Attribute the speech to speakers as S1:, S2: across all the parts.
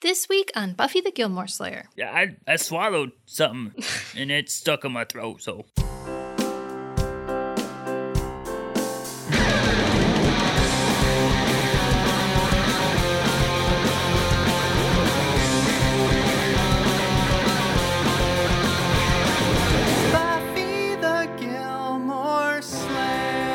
S1: This week on Buffy the Gilmore Slayer.
S2: Yeah, I, I swallowed something and it stuck in my throat, so.
S3: Buffy the Gilmore Slayer.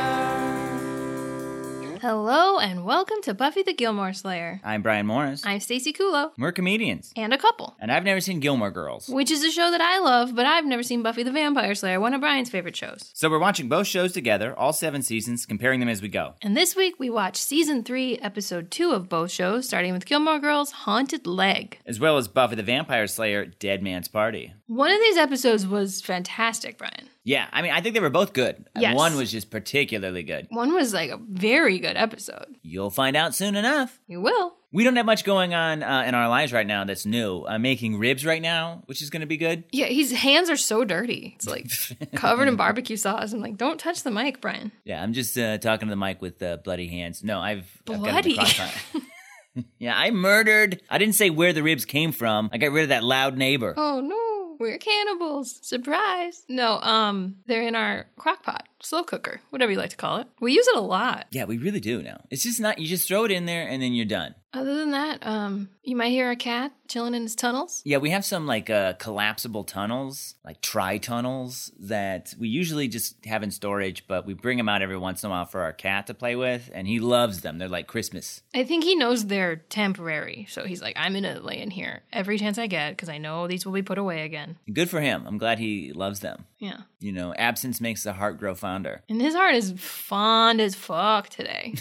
S1: Hello and welcome to Buffy the Gilmore Slayer.
S3: I'm Brian Morris.
S1: I'm Stacey Kulo
S3: We're comedians,
S1: and a couple,
S3: and I've never seen Gilmore Girls.
S1: which is a show that I love, but I've never seen Buffy the Vampire Slayer, one of Brian's favorite shows.
S3: So we're watching both shows together, all seven seasons, comparing them as we go.
S1: And this week we watched season 3, episode 2 of both shows, starting with Gilmore Girls Haunted Leg.
S3: As well as Buffy the Vampire Slayer, Dead Man's Party.
S1: One of these episodes was fantastic, Brian.
S3: Yeah, I mean, I think they were both good. and
S1: Yes.
S3: One was just particularly good.
S1: One was like a very good episode.
S3: You'll find out soon enough.
S1: You will.
S3: We don't have much going on uh, in our lives right now that's new. I'm making ribs right now, which is going to be good.
S1: Yeah, his hands are so dirty. It's like covered in barbecue sauce. I'm like, don't touch the mic, Brian.
S3: Yeah, I'm just uh, talking to the mic with uh, bloody hands. No, I've I've gotten
S1: Bloody.
S3: the crock pot. yeah, I murdered. I didn't say where the ribs came from. I got rid of that loud neighbor.
S1: Oh no, we're cannibals. Surprise. No, um, they're in our crock pot, slow cooker, whatever you like to call it. We use it a lot.
S3: Yeah, we really do now. It's just not. You just throw it in there and then you're done.
S1: Other than that, um, you might hear a cat chilling in his tunnels.
S3: Yeah, we have some like uh, collapsible tunnels, like tri tunnels that we usually just have in storage, but we bring them out every once in a while for our cat to play with, and he loves them. They're like Christmas.
S1: I think he knows they're temporary, so he's like, I'm gonna lay in here every chance I get because I know these will be put away again.
S3: Good for him. I'm glad he loves them.
S1: Yeah.
S3: You know, absence makes the heart grow fonder.
S1: And his heart is fond as fuck today.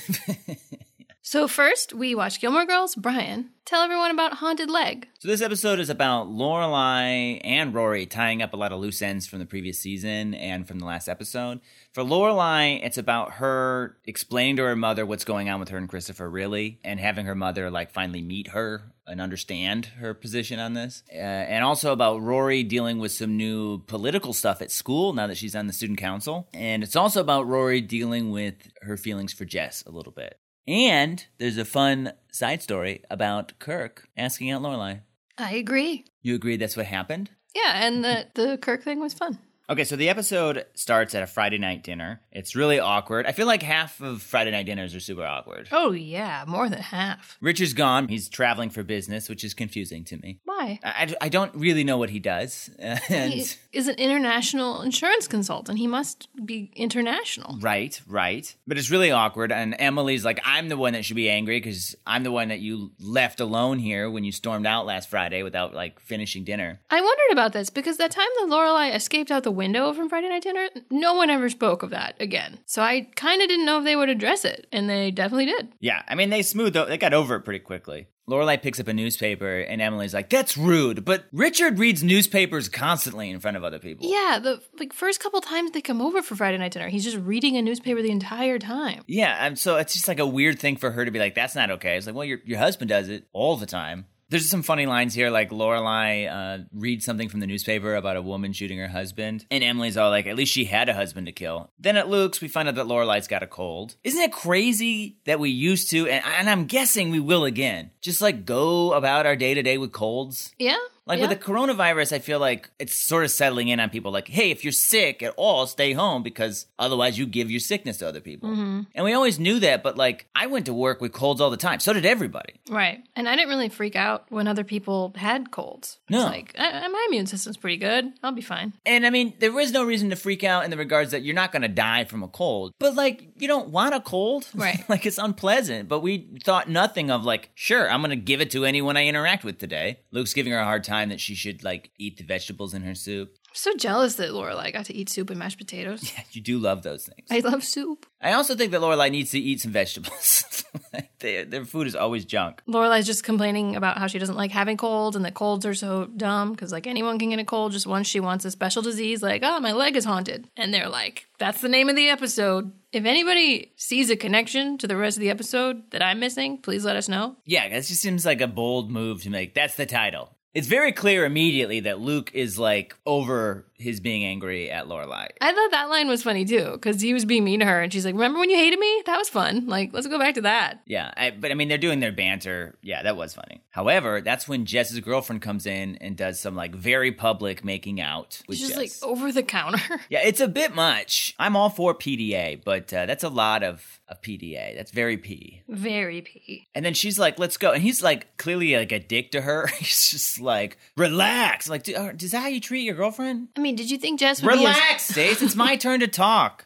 S1: so first, we watch Gilmore Girls. Brian, tell everyone about Haunted Leg.
S3: So this episode is about Lorelai and Rory tying up a lot of loose ends from the previous season and from the last episode. For Lorelai, it's about her explaining to her mother what's going on with her and Christopher really, and having her mother like finally meet her and understand her position on this, uh, and also about Rory dealing with some new political stuff at school now that she's on the student council, and it's also about Rory dealing with her feelings for Jess a little bit. And there's a fun side story about Kirk asking out Lorelai.
S1: I agree.
S3: You agree that's what happened?
S1: Yeah, and the the Kirk thing was fun.
S3: Okay, so the episode starts at a Friday night dinner. It's really awkward. I feel like half of Friday night dinners are super awkward.
S1: Oh yeah, more than half.
S3: Richard's gone. He's traveling for business, which is confusing to me.
S1: Why?
S3: I, I- I don't really know what he does.
S1: He
S3: And
S1: is an international insurance consultant. He must be international.
S3: right, right. But it's really awkward. And Emily's like, I'm the one that should be angry because I'm the one that you left alone here when you stormed out last Friday without like finishing dinner.
S1: I wondered about this because that time that Lorelai escaped out the window from Friday Night Dinner, no one ever spoke of that again. So I kind of didn't know if they would address it, and they definitely did.
S3: Yeah, I mean they smoothed o- they got over it pretty quickly. Lorelai picks up a newspaper and Emily's like, "That's rude." But Richard reads newspapers constantly in front of other people.
S1: Yeah, the like first couple times they come over for Friday Night Dinner, he's just reading a newspaper the entire time.
S3: Yeah, and so it's just like a weird thing for her to be like, "That's not okay." It's like, "Well, your your husband does it all the time." There's some funny lines here, like Lorelai uh, reads something from the newspaper about a woman shooting her husband, and Emily's all like, "At least she had a husband to kill." Then at Luke's, we find out that Lorelai's got a cold. Isn't it crazy that we used to, and, and I'm guessing we will again, just like go about our day to day with colds?
S1: Yeah,
S3: Like
S1: yeah.
S3: with the coronavirus, I feel like it's sort of settling in on people. Like, hey, if you're sick at all, stay home because otherwise you give your sickness to other people.
S1: Mm-hmm.
S3: And we always knew that, but like I went to work with colds all the time. So did everybody.
S1: Right. And I didn't really freak out when other people had colds.
S3: No.
S1: It's like, I, I- my immune system's pretty good. I'll be fine.
S3: And I mean, there is no reason to freak out in the regards that you're not going to die from a cold, but like you don't want a cold.
S1: Right.
S3: like it's unpleasant. But we thought nothing of like, sure, I'm going to give it to anyone I interact with today. Luke's giving her a hard time that she should like eat the vegetables in her soup.
S1: I'm so jealous that Lorelai got to eat soup and mashed potatoes.
S3: You do love those things.
S1: I love soup.
S3: I also think that Lorelai needs to eat some vegetables. like their, their food is always junk.
S1: Lorelai's just complaining about how she doesn't like having colds and that colds are so dumb because, like, anyone can get a cold just once she wants a special disease, like, oh, my leg is haunted. And they're like, that's the name of the episode. If anybody sees a connection to the rest of the episode that I'm missing, please let us know.
S3: Yeah, that just seems like a bold move to make. That's the title. It's very clear immediately that Luke is like over his being angry at Lorelai.
S1: I thought that line was funny too, because he was being mean to her, and she's like, "Remember when you hated me? That was fun. Like, let's go back to that."
S3: Yeah, I, but I mean, they're doing their banter. Yeah, that was funny. However, that's when Jess's girlfriend comes in and does some like very public making out with
S1: It's just
S3: Jess.
S1: like "Oh." over the counter.
S3: yeah, it's a bit much. I'm all for PDA, but uh, that's a lot of, of PDA. That's very P.
S1: Very pee.
S3: And then she's like, "Let's go," and he's like, clearly like a dick to her. he's just like, "Relax." I'm like, "Dude, uh, is that how you treat your girlfriend?
S1: I mean, did you think Jess would
S3: Relax, Stace. It's my turn to talk."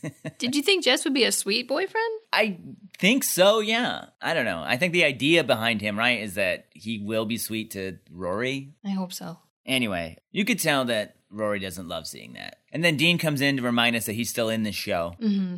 S1: be? A, did you think Jess would be a sweet boyfriend?
S3: I think so, yeah. I don't know. I think the idea behind him, right, is that he will be sweet to Rory.
S1: I hope so.
S3: Anyway, you could tell that Rory doesn't love seeing that. And then Dean comes in to remind us that he's still in this show.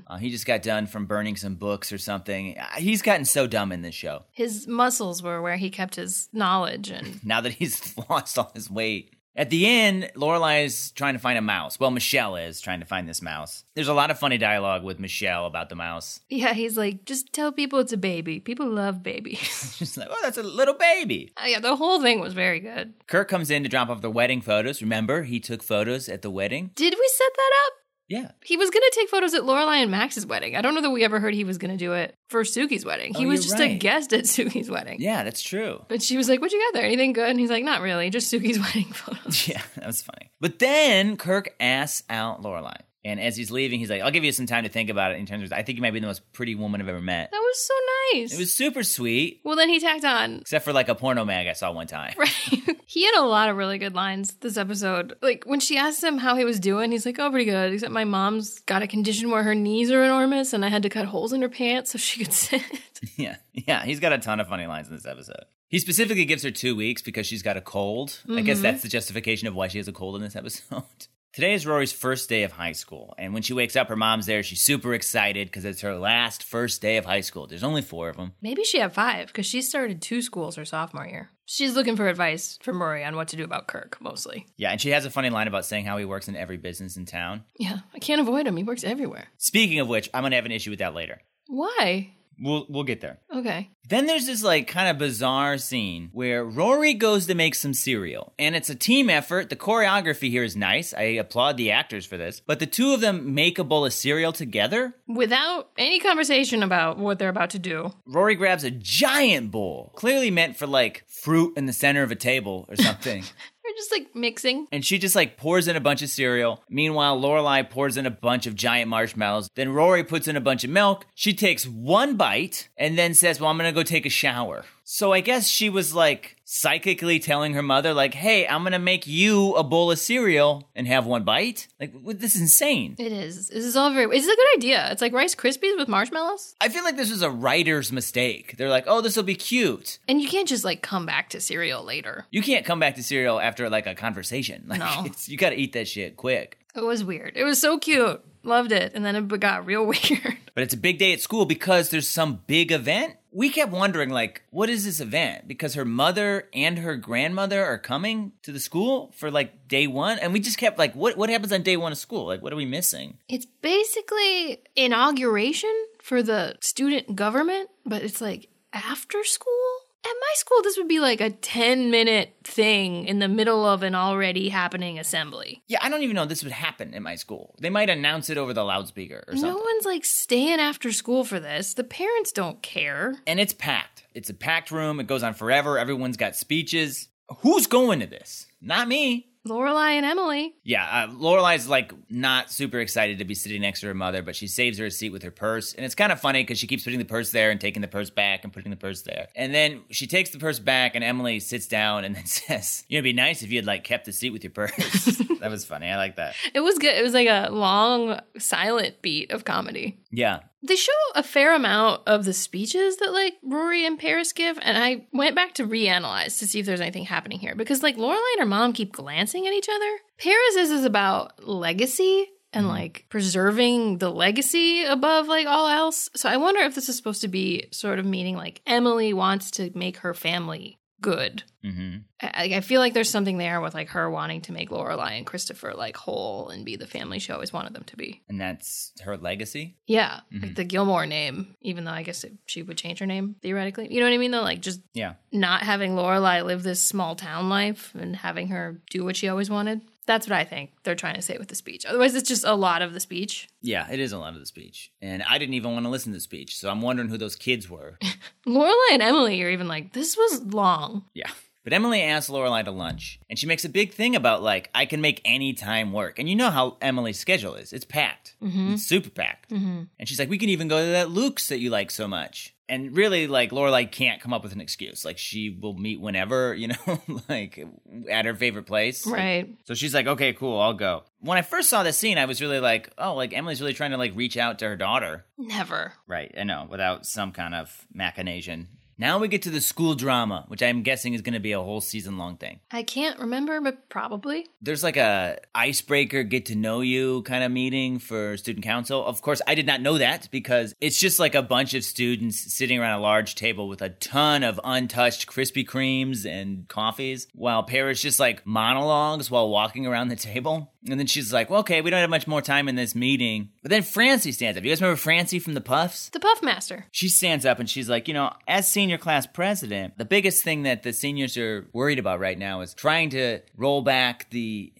S3: Uh, he just got done from burning some books or something. Uh, He's gotten so dumb in this show
S1: His muscles were where he kept his knowledge, and
S3: now that he's lost all his weight. At the end, Lorelai is trying to find a mouse. Well, Michelle is trying to find this mouse. There's a lot of funny dialogue with Michelle about the mouse.
S1: yeah, he's like, "Just tell people it's a baby. People love babies."
S3: She's like, oh, that's a little baby.
S1: Uh, yeah, the whole thing was very good.
S3: Kirk comes in to drop off the wedding photos. Remember, he took photos at the wedding?
S1: Did we set that up?
S3: Yeah.
S1: He was gonna take photos at Lorelai and Max's wedding. I don't know that we ever heard he was gonna do it for Suki's wedding. He
S3: Oh,
S1: was
S3: you're
S1: just a
S3: right.
S1: guest at Suki's wedding.
S3: Yeah, that's true.
S1: But she was like, "What you got there? Anything good?" And he's like, "Not really. Just Suki's wedding photos."
S3: Yeah, that was funny. But then Kirk asks out Lorelai. And as he's leaving, he's like, I'll give you some time to think about it in terms of, I think you might be the most pretty woman I've ever met.
S1: That was so nice.
S3: It was super sweet,
S1: well, then he tacked on.
S3: except for like a porno mag I saw one time.
S1: Right. he had a lot of really good lines this episode. Like when she asked him how he was doing, he's like, "Oh, pretty good. Except my mom's got a condition where her knees are enormous, and I had to cut holes in her pants so she could sit."
S3: Yeah. Yeah. He's got a ton of funny lines in this episode. He specifically gives her two weeks because she's got a cold. I guess that's the justification of why she has a cold in this episode. Today is Rory's first day of high school. And when she wakes up, her mom's there. She's super excited because it's her last first day of high school. There's only four of them.
S1: Maybe she had five because she started two schools her sophomore year. She's looking for advice from Rory on what to do about Kirk, mostly.
S3: Yeah. And she has a funny line about saying how he works in every business in town.
S1: Yeah, I can't avoid him. He works everywhere.
S3: Speaking of which, I'm going to have an issue with that later.
S1: Why?
S3: We'll, we'll get there.
S1: Okay.
S3: Then there's this like kind of bizarre scene where Rory goes to make some cereal, and it's a team effort. The choreography here is nice. I applaud the actors for this, but the two of them make a bowl of cereal together.
S1: Without any conversation about what they're about to do.
S3: Rory grabs a giant bowl, clearly meant for like fruit in the center of a table or something.
S1: They're just like mixing.
S3: and she just like pours in a bunch of cereal. Meanwhile, Lorelai pours in a bunch of giant marshmallows. Then Rory puts in a bunch of milk. She takes one bite and then says, "Well, I'm going to go take a shower." So I guess she was like psychically telling her mother like, "Hey, I'm going to make you a bowl of cereal and have one bite." Like w- this is insane.
S1: It is. This is all very. This is a good idea. It's like Rice Krispies with marshmallows.
S3: I feel like this was a writer's mistake. They're like, "Oh, this will be cute."
S1: And you can't just like come back to cereal later.
S3: You can't come back to cereal after like a conversation. Like
S1: No.
S3: it's, you got to eat that shit quick.
S1: It was weird. It was so cute. Loved it. And then it got real weird.
S3: But it's a big day at school because there's some big event. We kept wondering, like, what is this event? Because her mother and her grandmother are coming to the school for like day one. And we just kept like, what, what happens on day one of school? Like, what are we missing?
S1: It's basically inauguration for the student government, but it's like after school. At my school, this would be like a 10 minute thing in the middle of an already happening assembly.
S3: Yeah, I don't even know this would happen in my school. They might announce it over the loudspeaker or something.
S1: No one's like staying after school for this. The parents don't care.
S3: And it's packed. It's a packed room. It goes on forever. Everyone's got speeches. Who's going to this? Not me.
S1: Lorelai and Emily.
S3: Yeah, uh, Lorelai's like not super excited to be sitting next to her mother, but she saves her a seat with her purse, and it's kind of funny because she keeps putting the purse there and taking the purse back and putting the purse there, and then she takes the purse back, and Emily sits down and then says, "You know, it'd be nice if you had like kept the seat with your purse." that was funny. I like that.
S1: It was good. It was like a long, silent beat of comedy.
S3: Yeah,
S1: They show a fair amount of the speeches that like Rory and Paris give, and I went back to reanalyze to see if there's anything happening here because like Lorelai and her mom keep glancing at each other. Paris's is about legacy and like preserving the legacy above like all else. So I wonder if this is supposed to be sort of meaning like Emily wants to make her family good.
S3: hmm
S1: I, I feel like there's something there with like her wanting to make Lorelai and Christopher like whole and be the family she always wanted them to be.
S3: And that's her legacy.
S1: Yeah,
S3: Mhm.
S1: like the Gilmore name, even though I guess it, she would change her name theoretically. You know what I mean? Though, like just
S3: Yeah.
S1: not having Lorelai live this small town life and having her do what she always wanted. That's what I think they're trying to say with the speech. Otherwise, it's just a lot of the speech.
S3: Yeah, it is a lot of the speech. And I didn't even want to listen to the speech. So I'm wondering who those kids were.
S1: Lorelai and Emily are even like, this was long.
S3: yeah. But Emily asks Lorelai to lunch, and she makes a big thing about like I can make any time work, and you know how Emily's schedule is; it's packed, it's super packed. And she's like, "We can even go to that Luke's that you like so much." And really, like Lorelai can't come up with an excuse. Like she will meet whenever, you know, like at her favorite place.
S1: Right.
S3: So she's like, okay, cool, I'll go. When I first saw this scene, I was really like, oh, like Emily's really trying to like reach out to her daughter.
S1: Never.
S3: Right, I know, without some kind of machination. Now we get to the school drama, which I'm guessing is going to be a whole season long thing.
S1: I can't remember, but probably.
S3: There's like a icebreaker get to know you kind of meeting for student council. Of course, I did not know that because it's just like a bunch of students sitting around a large table with a ton of untouched Krispy Kremes and coffees, while Paris just like monologues while walking around the table. And then she's like, well, okay, we don't have much more time in this meeting. But then Francie stands up. You guys remember Francie from the Puffs?
S1: The Puffmaster.
S3: She stands up and she's like, you know, as senior class president, the biggest thing that the seniors are worried about right now is trying to roll back the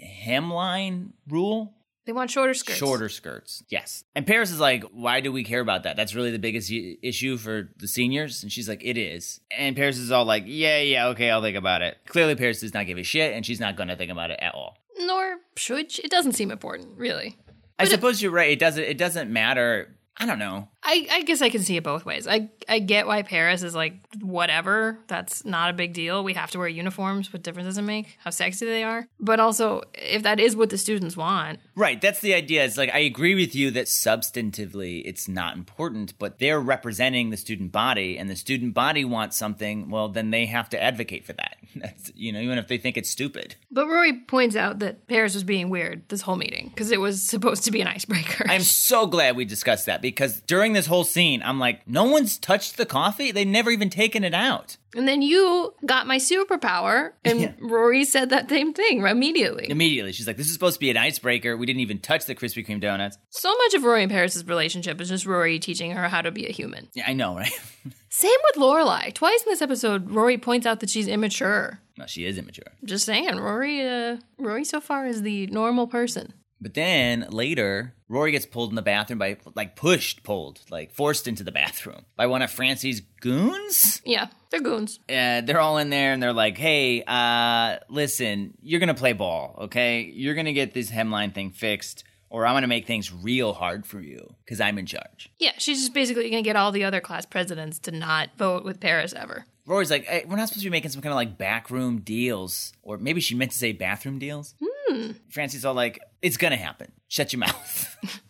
S3: hemline rule.
S1: They want shorter skirts.
S3: Shorter skirts. Yes. And Paris is like, why do we care about that? That's really the biggest i- issue for the seniors. And she's like, it is. And Paris is all like, yeah, yeah, okay, I'll think about it. Clearly, Paris does not give a shit and she's not going to think about it at all.
S1: Nor should she. It doesn't seem important, really.
S3: I suppose you're right. It doesn't, it doesn't matter. I don't know.
S1: I, I guess I can see it both ways. I, I get why Paris is like, whatever, that's not a big deal. We have to wear uniforms. What difference does it make? How sexy they are. But also, if that is what the students want,
S3: Right, that's the idea. It's like I agree with you that substantively it's not important, but they're representing the student body and the student body wants something, well then they have to advocate for that. That's, you know, even if they think it's stupid.
S1: But Rory points out that Paris was being weird this whole meeting because it was supposed to be an icebreaker.
S3: I'm so glad we discussed that because during this whole scene, I'm like, no one's touched the coffee. They've never even taken it out.
S1: and then you got my superpower, and
S3: Yeah.
S1: Rory said that same thing immediately.
S3: Immediately, she's like, this is supposed to be an icebreaker. We didn't even touch the Krispy Kreme donuts.
S1: So much of Rory and Paris's relationship is just Rory teaching her how to be a human.
S3: Yeah, I know, right?
S1: Same with Lorelai. Twice in this episode, Rory points out that she's immature.
S3: no, she is immature.
S1: Just saying, Rory. Uh, Rory so far is the normal person.
S3: But then later, Rory gets pulled in the bathroom by, like, pushed, pulled, like, forced into the bathroom by one of Francie's goons.
S1: Yeah, they're goons.
S3: Uh, they're all in there and they're like, hey, uh, listen, you're going to play ball, okay? You're going to get this hemline thing fixed, or I'm going to make things real hard for you because I'm in charge.
S1: Yeah, she's just basically gonna get all the other class presidents to not vote with Paris ever.
S3: Rory's like, hey, we're not supposed to be making some kind of like backroom deals, or maybe she meant to say bathroom deals. Hmm. Francie's all like, it's going to happen. Shut your mouth.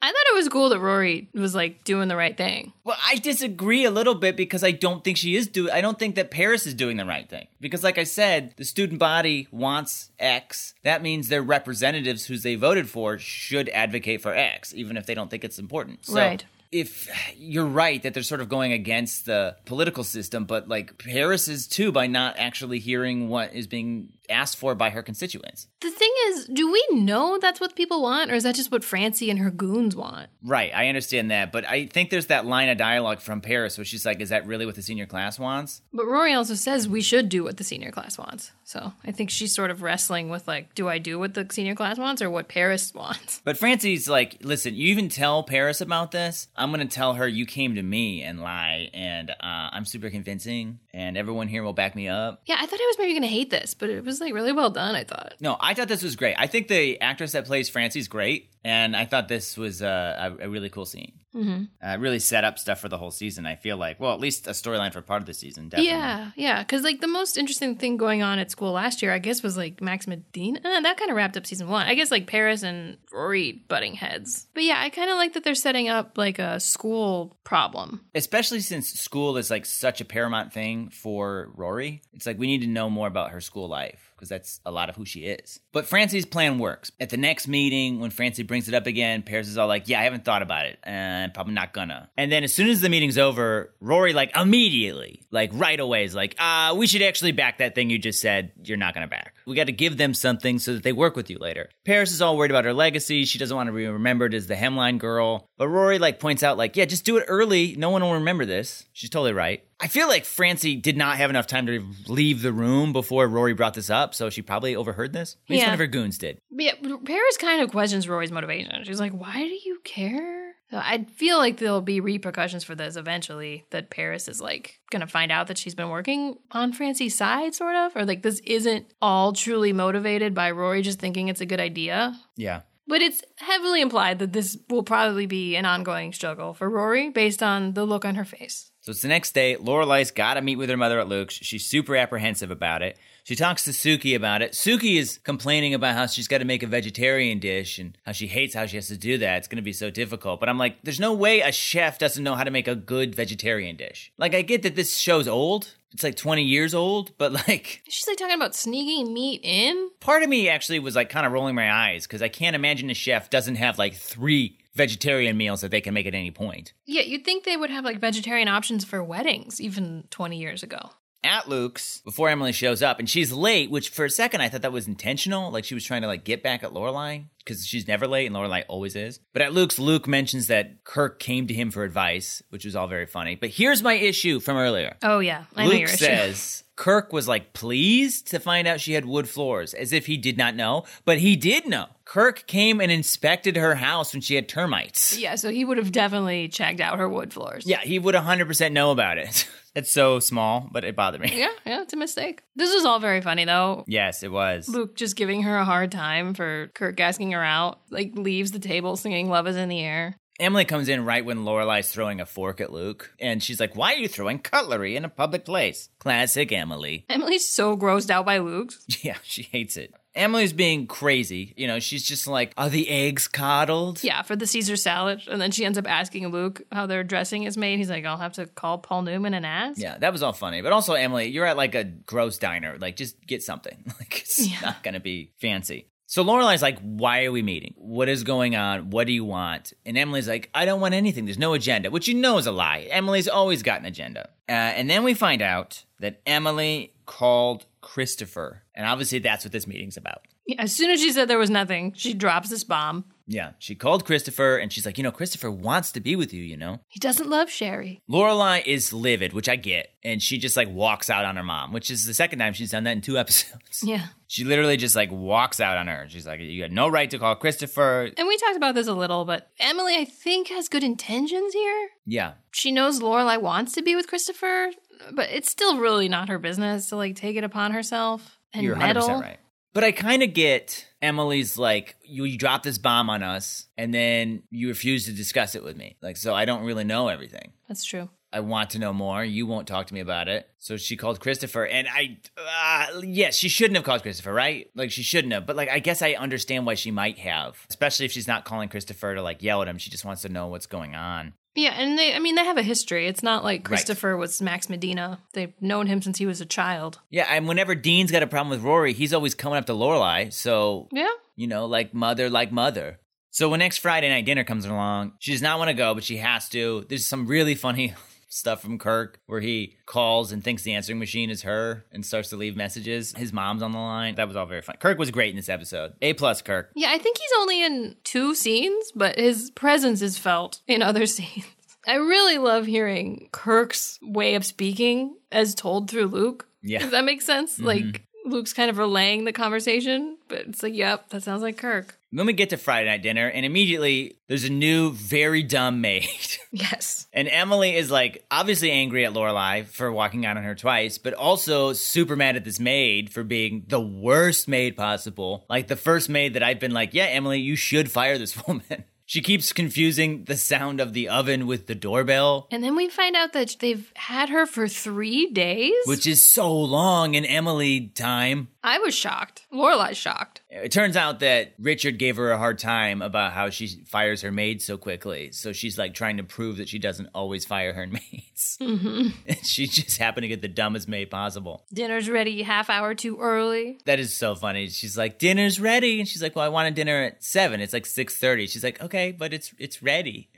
S1: I thought it was cool that Rory was like doing the right thing.
S3: Well, I disagree a little bit because I don't think she is do. I don't think that Paris is doing the right thing because, like I said, the student body wants X. That means their representatives, who they voted for, should advocate for X, even if they don't think it's important. So
S1: Right.
S3: If you're right that they're sort of going against the political system, but like Paris is too by not actually hearing what is being asked for by her constituents.
S1: The thing is, do we know that's what people want, or is that just what Francie and her goons want?
S3: Right, I understand that, but I think there's that line of dialogue from Paris where she's like, "Is that really what the senior class wants?"
S1: But Rory also says we should do what the senior class wants. So I think she's sort of wrestling with like, do I do what the senior class wants or what Paris wants?
S3: But Francie's like, listen, you even tell Paris about this. I'm going to tell her you came to me and lie, and uh, I'm super convincing, and everyone here will back me up.
S1: Yeah, I thought I was maybe gonna hate this, but it was like really well done, I thought.
S3: No, I thought this was great. I think the actress that plays Francie's great, and I thought this was uh, a, a really cool scene. Mm-hmm. Uh, really set up stuff for the whole season, I feel like. Well, at least a storyline for part of the season, definitely.
S1: Yeah, yeah. Because like the most interesting thing going on at school last year, I guess, was like Max Medina. Uh, that kind of wrapped up season one. I guess like Paris and Rory butting heads. But yeah, I kind of like that they're setting up like a school problem.
S3: Especially since school is like such a paramount thing for Rory. It's like we need to know more about her school life because that's a lot of who she is. But Francie's plan works. At the next meeting, when Francie brings it up again, Paris is all like, Yeah, I haven't thought about it. And I'm probably not gonna. And then as soon as the meeting's over, Rory like immediately, like right away, is like, uh, we should actually back that thing you just said you're not gonna back. We got to give them something so that they work with you later. Paris is all worried about her legacy. She doesn't want to be remembered as the hemline girl. But Rory like points out like, yeah, just do it early. No one will remember this. She's totally right. I feel like Francie did not have enough time to leave the room before Rory brought this up, so she probably overheard this. Maybe
S1: Yeah.
S3: one of her goons did.
S1: But yeah, Paris kind of questions Rory's motivation. She's like, why do you care? So I feel like there'll be repercussions for this eventually that Paris is like going to find out that she's been working on Francie's side, sort of, or like this isn't all truly motivated by Rory just thinking it's a good idea.
S3: Yeah.
S1: But it's heavily implied that this will probably be an ongoing struggle for Rory based on the look on her face.
S3: So it's the next day. Lorelai's got to meet with her mother at Luke's. She's super apprehensive about it. She talks to Suki about it. Suki is complaining about how she's got to make a vegetarian dish and how she hates how she has to do that. It's going to be so difficult. But I'm like, there's no way a chef doesn't know how to make a good vegetarian dish. Like, I get that this show's old. It's like 20 years old, but like,
S1: She's like talking about sneaking meat in.
S3: part of me actually was like kind of rolling my eyes because I can't imagine a chef doesn't have like three vegetarian meals that they can make at any point.
S1: Yeah, you'd think they would have like vegetarian options for weddings even 20 years ago.
S3: at Luke's before Emily shows up, and she's late. Which for a second I thought that was intentional, like she was trying to like get back at Lorelai because she's never late and Lorelai always is. But at Luke's, Luke mentions that Kirk came to him for advice, which was all very funny. But here's my issue from earlier.
S1: Oh, yeah. I know
S3: Luke
S1: your issue.
S3: says Kirk was like pleased to find out she had wood floors, as if he did not know, but he did know. Kirk came and inspected her house when she had termites.
S1: Yeah, so he would have definitely checked out her wood floors.
S3: Yeah, he would 100% know about it. It's so small, but it bothered me.
S1: Yeah, yeah, it's a mistake. This was all very funny though.
S3: Yes, it was.
S1: Luke just giving her a hard time for Kirk asking her out, like leaves the table singing Love is in the Air.
S3: Emily comes in right when Lorelai's throwing a fork at Luke, and she's like, "Why are you throwing cutlery in a public place?" Classic Emily.
S1: Emily's so grossed out by Luke's.
S3: Yeah, she hates it. Emily's being crazy. You know, she's just like, "Are the eggs coddled?"
S1: Yeah, for the Caesar salad. And then she ends up asking Luke how their dressing is made. He's like, I'll have to call Paul Newman and ask.
S3: Yeah, that was all funny. But also, Emily, you're at like a gross diner. Like, just get something. Like, it's not going to be fancy. So Lorelai's like, why are we meeting? What is going on? What do you want? And Emily's like, I don't want anything. There's no agenda, which you know is a lie. Emily's always got an agenda. Uh, and then we find out that Emily called Christopher. And obviously, that's what this meeting's about.
S1: Yeah, As soon as she said there was nothing, she drops this bomb.
S3: Yeah, she called Christopher and she's like, you know, Christopher wants to be with you, you know?
S1: He doesn't love Sherry.
S3: Lorelai is livid, which I get, and she just like walks out on her mom, which is the second time she's done that in two episodes.
S1: Yeah.
S3: She literally just like walks out on her. She's like, "You had no right to call Christopher."
S1: And we talked about this a little, but Emily, I think, has good intentions here.
S3: Yeah,
S1: she knows Lorelai wants to be with Christopher, but it's still really not her business to like take it upon herself and
S3: you're 100
S1: meddle.
S3: percent right. But I kind of get Emily's like, "You, you dropped this bomb on us, and then you refuse to discuss it with me." Like, so I don't really know everything.
S1: That's true.
S3: I want to know more. You won't talk to me about it. So she called Christopher, and I, uh, yes, she shouldn't have called Christopher, right? Like she shouldn't have. But like, I guess I understand why she might have, especially if she's not calling Christopher to like yell at him. She just wants to know what's going on.
S1: Yeah, and they I mean they have a history. It's not like Christopher was Max Medina. They've known him since he was a child.
S3: Yeah, and whenever Dean's got a problem with Rory, he's always coming up to Lorelai. So
S1: Yeah.
S3: you know, like mother, like mother. So when next Friday night dinner comes along, she does not want to go, but she has to. There's some really funny stuff from Kirk where he calls and thinks the answering machine is her and starts to leave messages. His mom's on the line. That was all very fun. Kirk was great in this episode. A plus Kirk.
S1: Yeah, I think he's only in two scenes, but his presence is felt in other scenes. I really love hearing Kirk's way of speaking as told through Luke.
S3: Yeah. Mm-hmm.
S1: Does that make sense? Like Luke's kind of relaying the conversation, but it's like, yep, that sounds like Kirk.
S3: Then we get to Friday night dinner and immediately there's a new very dumb maid.
S1: Yes.
S3: And Emily is like obviously angry at Lorelai for walking out on her twice, but also super mad at this maid for being the worst maid possible. Like the first maid that I've been like, yeah, Emily, you should fire this woman. She keeps confusing the sound of the oven with the doorbell,
S1: And then we find out that they've had her for three days.
S3: which is so long in Emily time.
S1: I was shocked. Lorelai's shocked.
S3: It turns out that Richard gave her a hard time about how she fires her maid so quickly. So she's like trying to prove that she doesn't always fire her maids. Mm-hmm. And she just happened to get the dumbest maid possible.
S1: Dinner's ready half hour too early.
S3: That is so funny. She's like, "Dinner's ready," and she's like, "Well, I wanted dinner at seven. It's like six thirty. She's like, "Okay, but it's it's ready."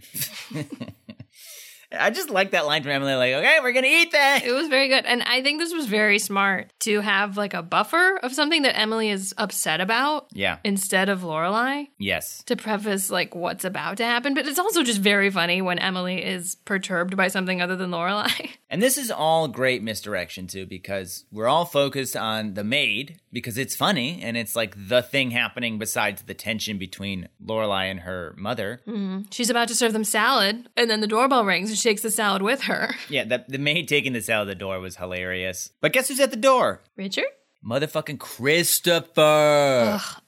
S3: I just like that line from Emily, like, okay, we're gonna eat that.
S1: It was very good. And I think this was very smart to have like a buffer of something that Emily is upset about
S3: Yeah.
S1: instead of Lorelai
S3: Yes.
S1: to preface like what's about to happen. But it's also just very funny when Emily is perturbed by something other than Lorelai.
S3: And this is all great misdirection too, because we're all focused on the maid because it's funny and it's like the thing happening besides the tension between Lorelai and her mother.
S1: She's about to serve them salad, and then the doorbell rings and she takes the salad with her.
S3: Yeah, the, the maid taking this out of the door was hilarious. But guess who's at the door?
S1: Richard?
S3: Motherfucking Christopher.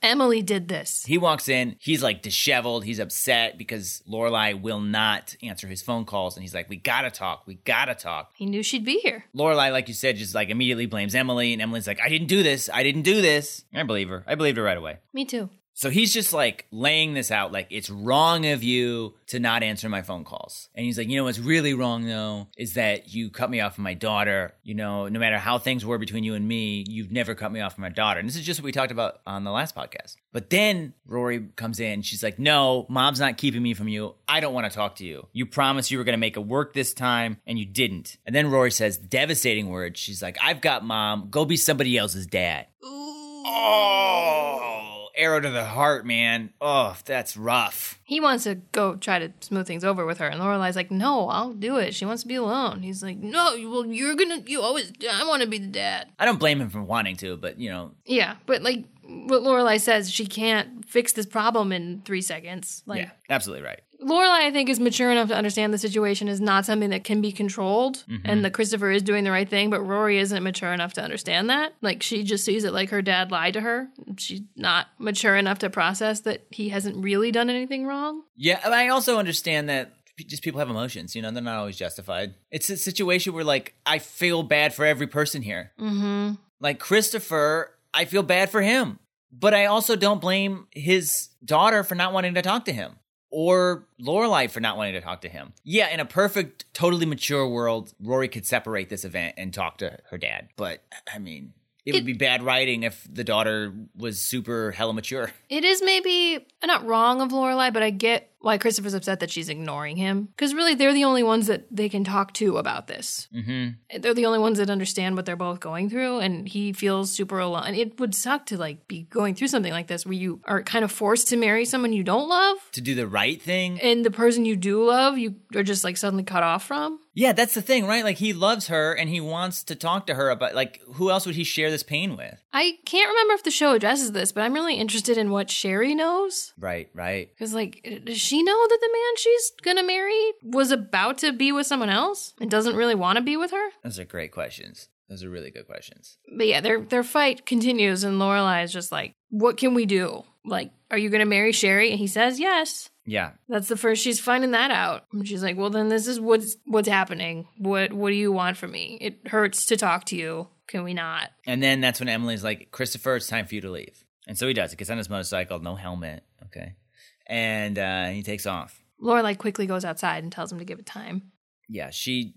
S1: Emily did this.
S3: He walks in. He's like disheveled. He's upset because Lorelai will not answer his phone calls, and he's like, "We gotta talk. We gotta talk."
S1: He knew she'd be here.
S3: Lorelai, like you said, just like immediately blames Emily, and Emily's like, "I didn't do this. I didn't do this." I believe her. I believed her right away.
S1: Me too.
S3: So he's just like laying this out, like it's wrong of you to not answer my phone calls. And he's like, you know what's really wrong though is that you cut me off from my daughter. You know, no matter how things were between you and me, you've never cut me off from my daughter. And this is just what we talked about on the last podcast. But then Rory comes in. She's like, no, mom's not keeping me from you. I don't want to talk to you. You promised you were going to make it work this time and you didn't. And then Rory says devastating words. She's like, I've got mom. Go be somebody else's dad. Oh, arrow to the heart, man. Oh, that's rough.
S1: He wants to go try to smooth things over with her, and Lorelai's like, "No, I'll do it. She wants to be alone." He's like, "No, well, you're gonna, you always, I want to be the dad."
S3: I don't blame him for wanting to, but you know,
S1: Yeah, but like what Lorelai says, she can't fix this problem in three seconds. Like
S3: yeah, absolutely right.
S1: Lorelai, I think, is mature enough to understand the situation is not something that can be controlled, and that Christopher is doing the right thing, but Rory isn't mature enough to understand that. Like she just sees it like her dad lied to her. She's not mature enough to process that he hasn't really done anything wrong.
S3: Yeah, and I also understand that p- just people have emotions, you know, they're not always justified. It's a situation where like I feel bad for every person here. Mm-hmm. Like Christopher, I feel bad for him, but I also don't blame his daughter for not wanting to talk to him. Or Lorelai for not wanting to talk to him. Yeah, in a perfect, totally mature world, Rory could separate this event and talk to her dad. But I mean, it, would be bad writing if the daughter was super hella mature.
S1: It is maybe uh, not wrong of Lorelai, but I get why Christopher's upset that she's ignoring him. Because really, they're the only ones that they can talk to about this. Mm-hmm. They're the only ones that understand what they're both going through, and he feels super alone. And it would suck to like be going through something like this where you are kind of forced to marry someone you don't love,
S3: To do the right thing,
S1: and the person you do love, you are just like suddenly cut off from.
S3: Yeah, that's the thing, right? Like he loves her and he wants to talk to her about like who else would he share this pain with?
S1: I can't remember if the show addresses this, but I'm really interested in what Sherry knows.
S3: Right, right.
S1: Because, like, uh, does she know that the man she's gonna marry was about to be with someone else and doesn't really want to be with her?
S3: Those are great questions. Those are really good questions.
S1: But yeah, their their fight continues, and Lorelai is just like, "What can we do? Like, are you gonna marry Sherry?" And he says, "Yes."
S3: Yeah.
S1: That's the first she's finding that out. And she's like, "Well, then this is what's what's happening. What what do you want from me? It hurts to talk to you. Can we not?"
S3: And then that's when Emily's like, Christopher, it's time for you to leave. And so he does. He gets on his motorcycle, no helmet. Okay. And uh, he takes off.
S1: Lorelai quickly goes outside and tells him to give it time.
S3: Yeah, she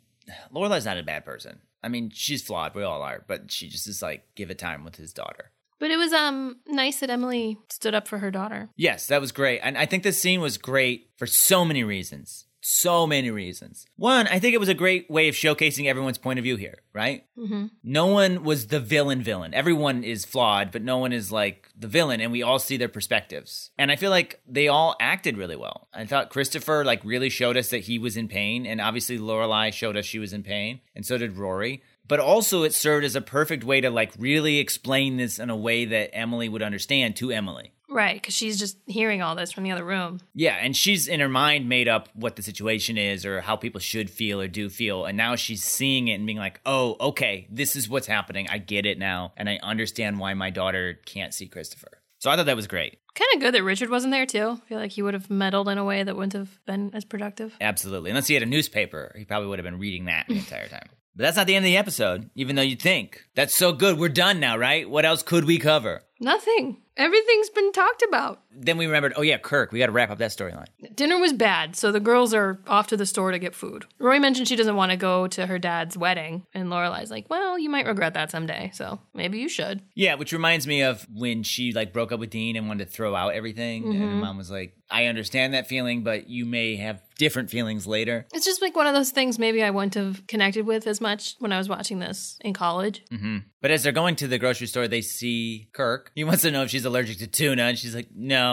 S3: Lorelai's not a bad person. I mean, she's flawed, we all are, but she just is like, give it time with his daughter.
S1: But it was um nice that Emily stood up for her daughter.
S3: Yes, that was great. And I think this scene was great for so many reasons. So many reasons. One, I think it was a great way of showcasing everyone's point of view here, right? Mm-hmm. No one was the villain, villain. Everyone is flawed, but no one is like the villain, and we all see their perspectives. And I feel like they all acted really well. I thought Christopher like really showed us that he was in pain, and obviously Lorelai showed us she was in pain, and so did Rory but also it served as a perfect way to like really explain this in a way that Emily would understand to Emily.
S1: Right, because she's just hearing all this from the other room.
S3: Yeah, and she's in her mind made up what the situation is or how people should feel or do feel. And now she's seeing it and being like, oh, okay, this is what's happening. I get it now. And I understand why my daughter can't see Christopher. So I thought that was great.
S1: Kind of good that Richard wasn't there too. I feel like he would have meddled in a way that wouldn't have been as productive.
S3: Absolutely. Unless he had a newspaper, he probably would have been reading that the entire time. But that's not the end of the episode, even though you'd think. That's so good. We're done now, right? What else could we cover?
S1: Nothing. Everything's been talked about.
S3: Then we remembered, oh yeah, Kirk. We got to wrap up that storyline.
S1: Dinner was bad, so the girls are off to the store to get food. Roy mentioned she doesn't want to go to her dad's wedding, and Lorelai's like, "Well, you might regret that someday, so maybe you should."
S3: Yeah, which reminds me of when she like broke up with Dean and wanted to throw out everything, and her mom was like, "I understand that feeling, but you may have different feelings later."
S1: It's just like one of those things maybe I wouldn't have connected with as much when I was watching this in college.
S3: But as they're going to the grocery store, they see Kirk. He wants to know if she's allergic to tuna, and she's like, "No."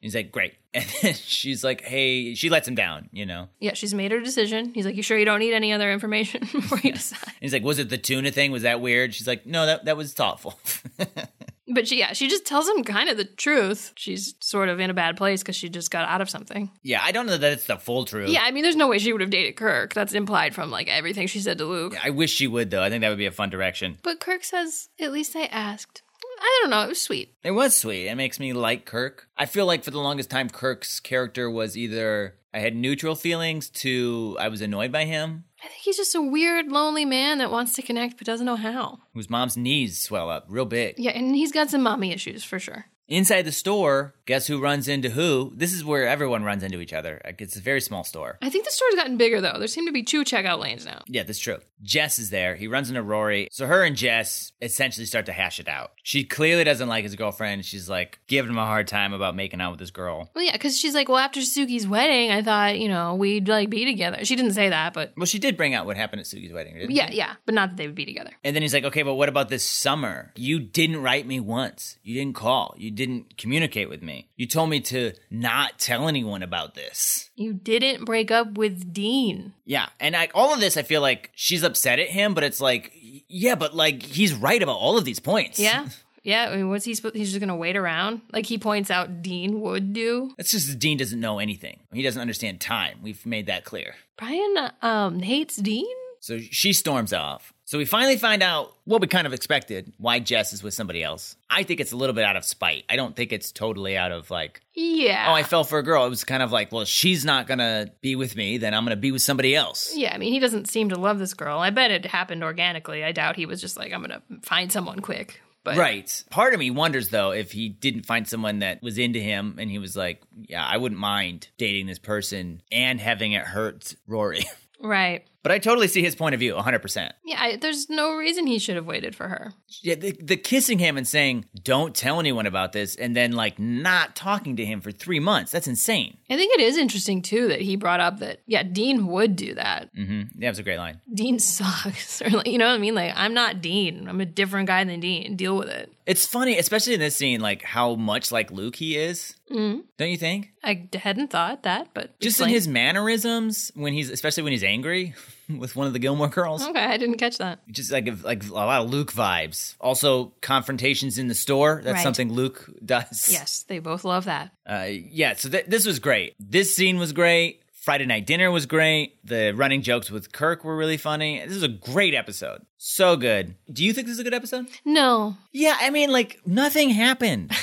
S3: He's like, "Great," and then she's like, "Hey," she lets him down, you know.
S1: Yeah, she's made her decision. He's like, "You sure you don't need any other information before you decide?"
S3: And he's like, "Was it the tuna thing? Was that weird?" She's like, "No, that that was thoughtful."
S1: But she, yeah, she just tells him kind of the truth. She's sort of in a bad place because she just got out of something.
S3: yeah, I don't know that it's the full truth.
S1: Yeah, I mean, there's no way she would have dated Kirk. That's implied from like everything she said to Luke.
S3: I wish she would though. I think that would be a fun direction.
S1: But Kirk says, at least I asked. I don't know. It was sweet.
S3: It was sweet. It makes me like Kirk. I feel like for the longest time, Kirk's character was either I had neutral feelings to I was annoyed by him.
S1: I think he's just a weird, lonely man that wants to connect but doesn't know how.
S3: Whose mom's knees swell up real big.
S1: Yeah, and he's got some mommy issues for sure.
S3: Inside the store, guess who runs into who? This is where everyone runs into each other. Like, It's a very small store.
S1: I think the store's gotten bigger though. There seem to be two checkout lanes now.
S3: Yeah, that's true. Jess is there. He runs into Rory. So her and Jess essentially start to hash it out. She clearly doesn't like his girlfriend. She's like giving him a hard time about making out with this girl.
S1: Well, yeah, because she's like, well, after Suki's wedding, I thought, you know, we'd like be together. She didn't say that, but
S3: Well, she did bring out what happened at Sugi's wedding, didn't
S1: yeah,
S3: she?
S1: yeah, but not that they would be together.
S3: And then he's like, okay, but what about this summer? You didn't write me once. You didn't call. You didn't communicate with me. You told me to not tell anyone about this.
S1: You didn't break up with Dean.
S3: Yeah. And I, all of this, I feel like she's upset at him, but it's like, yeah, but like he's right about all of these points.
S1: Yeah. Yeah, I mean, what's he supposed? He's just gonna wait around, like he points out Dean would do.
S3: It's just that Dean doesn't know anything. He doesn't understand time. We've made that clear.
S1: Brian um, hates Dean.
S3: So she storms off. So we finally find out what we kind of expected why Jess is with somebody else. I think it's a little bit out of spite. I don't think it's totally out of like,
S1: Yeah.
S3: oh, I fell for a girl. It was kind of like, well, she's not going to be with me, then I'm going to be with somebody else.
S1: yeah, I mean, he doesn't seem to love this girl. I bet it happened organically. I doubt he was just like, I'm gonna find someone quick. But
S3: Right. Part of me wonders though if he didn't find someone that was into him and he was like, yeah, I wouldn't mind dating this person and having it hurt Rory.
S1: right.
S3: but I totally see his point of view 100%.
S1: Yeah, I, there's no reason he should have waited for her.
S3: Yeah, the, the kissing him and saying, don't tell anyone about this, and then like not talking to him for three months. That's insane.
S1: I think it is interesting too that he brought up that yeah, Dean would do that.
S3: Mm. Mm-hmm. That was a great line.
S1: Dean sucks, or like, you know what I mean? Like, I'm not Dean. I'm a different guy than Dean. Deal with it.
S3: It's funny, especially in this scene, like how much like Luke he is. Don't you think?
S1: I d- hadn't thought that, but
S3: Just
S1: explain.
S3: in his mannerisms when he's, especially when he's angry with one of the Gilmore girls.
S1: Okay, I didn't catch that.
S3: Just like like a lot of Luke vibes. Also, confrontations in the store. That's
S1: Right.
S3: something Luke does.
S1: Yes, they both love that.
S3: Uh, yeah, so th- this was great. This scene was great. Friday night dinner was great. The running jokes with Kirk were really funny. This is a great episode. So good. Do you think this is a good episode?
S1: No.
S3: Yeah, I mean, like, nothing happened.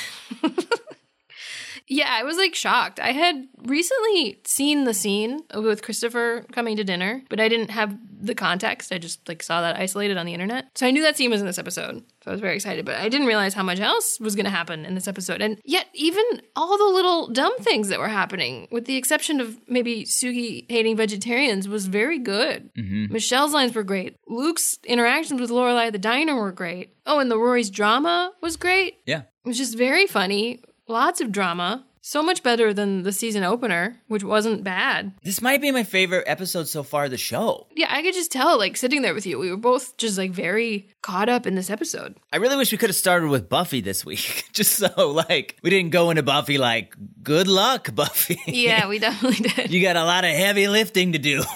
S1: Yeah, I was like shocked. I had recently seen the scene with Christopher coming to dinner, but I didn't have the context. I just like saw that isolated on the internet. So I knew that scene was in this episode. So I was very excited, but I didn't realize how much else was going to happen in this episode. And yet, even all the little dumb things that were happening, with the exception of maybe Sugi hating vegetarians, was very good. Michelle's lines were great. Luke's interactions with Lorelai at the diner were great. Oh, and the Rory's drama was great.
S3: yeah.
S1: It was just very funny, lots of drama. So much better than the season opener, which wasn't bad.
S3: This might be my favorite episode so far of the show.
S1: Yeah, I could just tell, like sitting there with you, we were both just like very caught up in this episode.
S3: I really wish we could have started with Buffy this week. Just so, like, we didn't go into Buffy like, good luck, Buffy.
S1: Yeah, we definitely did.
S3: you got a lot of heavy lifting to do.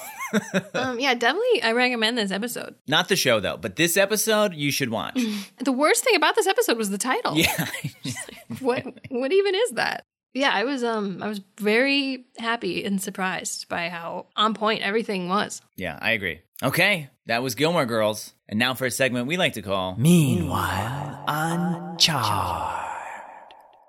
S1: Um, yeah, definitely, I recommend this episode.
S3: Not the show, though, but this episode you should watch.
S1: The worst thing about this episode was the title.
S3: yeah.
S1: What? What even is that? Yeah, I was um, I was very happy and surprised by how on point everything was.
S3: Yeah, I agree. Okay, that was Gilmore Girls. And now for a segment we like to call Meanwhile on Char.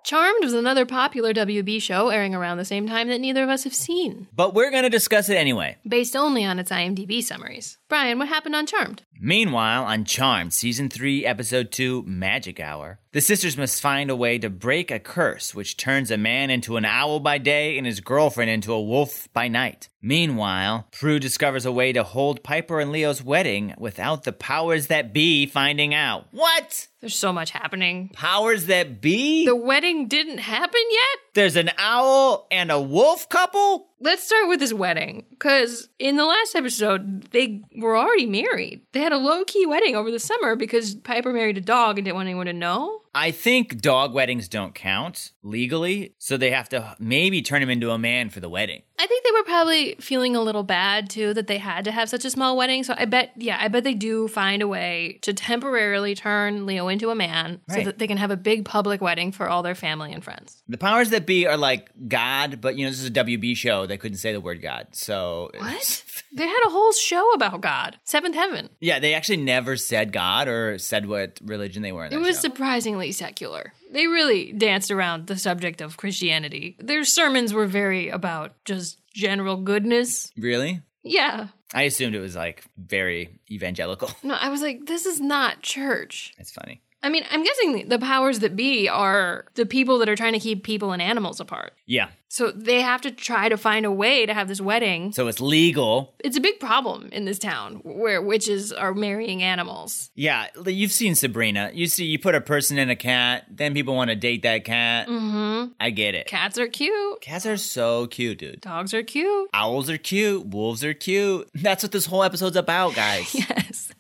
S1: Charmed was another popular WB show airing around the same time that neither of us have seen.
S3: But we're going to discuss it anyway.
S1: based only on its IMDb summaries. Brian, what happened on Charmed?
S3: Meanwhile, on Charmed, Season 3, Episode 2, Magic Hour, the sisters must find a way to break a curse which turns a man into an owl by day and his girlfriend into a wolf by night. Meanwhile, Prue discovers a way to hold Piper and Leo's wedding without the powers that be finding out. What?
S1: There's so much happening.
S3: Powers that be?
S1: The wedding didn't happen yet?
S3: There's an owl and a wolf couple?
S1: Let's start with his wedding, because in the last episode, they were already married. They had a low key wedding over the summer because Piper married a dog and didn't want anyone to know.
S3: I think dog weddings don't count legally, so they have to maybe turn him into a man for the wedding.
S1: I think they were probably feeling a little bad too that they had to have such a small wedding. So I bet, yeah, I bet they do find a way to temporarily turn Leo into a man so
S3: Right.
S1: that they can have a big public wedding for all their family and friends.
S3: The powers that be are like God, but you know, this is a WB show. They couldn't say the word God. So,
S1: What? they had a whole show about God, Seventh Heaven.
S3: yeah, they actually never said God or said what religion they were in.
S1: It
S3: that
S1: was
S3: show.
S1: surprisingly secular. They really danced around the subject of Christianity. Their sermons were very about just general goodness.
S3: really?
S1: Yeah.
S3: I assumed it was like very evangelical.
S1: No, I was like, this is not church.
S3: That's funny.
S1: I mean, I'm guessing the powers that be are the people that are trying to keep people and animals apart.
S3: Yeah.
S1: So they have to try to find a way to have this wedding.
S3: So it's legal.
S1: It's a big problem in this town where witches are marrying animals.
S3: Yeah, you've seen Sabrina. You see, you put a person in a cat, then people want to date that cat. Mm-hmm. I get it.
S1: Cats are cute.
S3: Cats are so cute, dude.
S1: Dogs are cute.
S3: Owls are cute. Wolves are cute. That's what this whole episode's about, guys.
S1: Yes.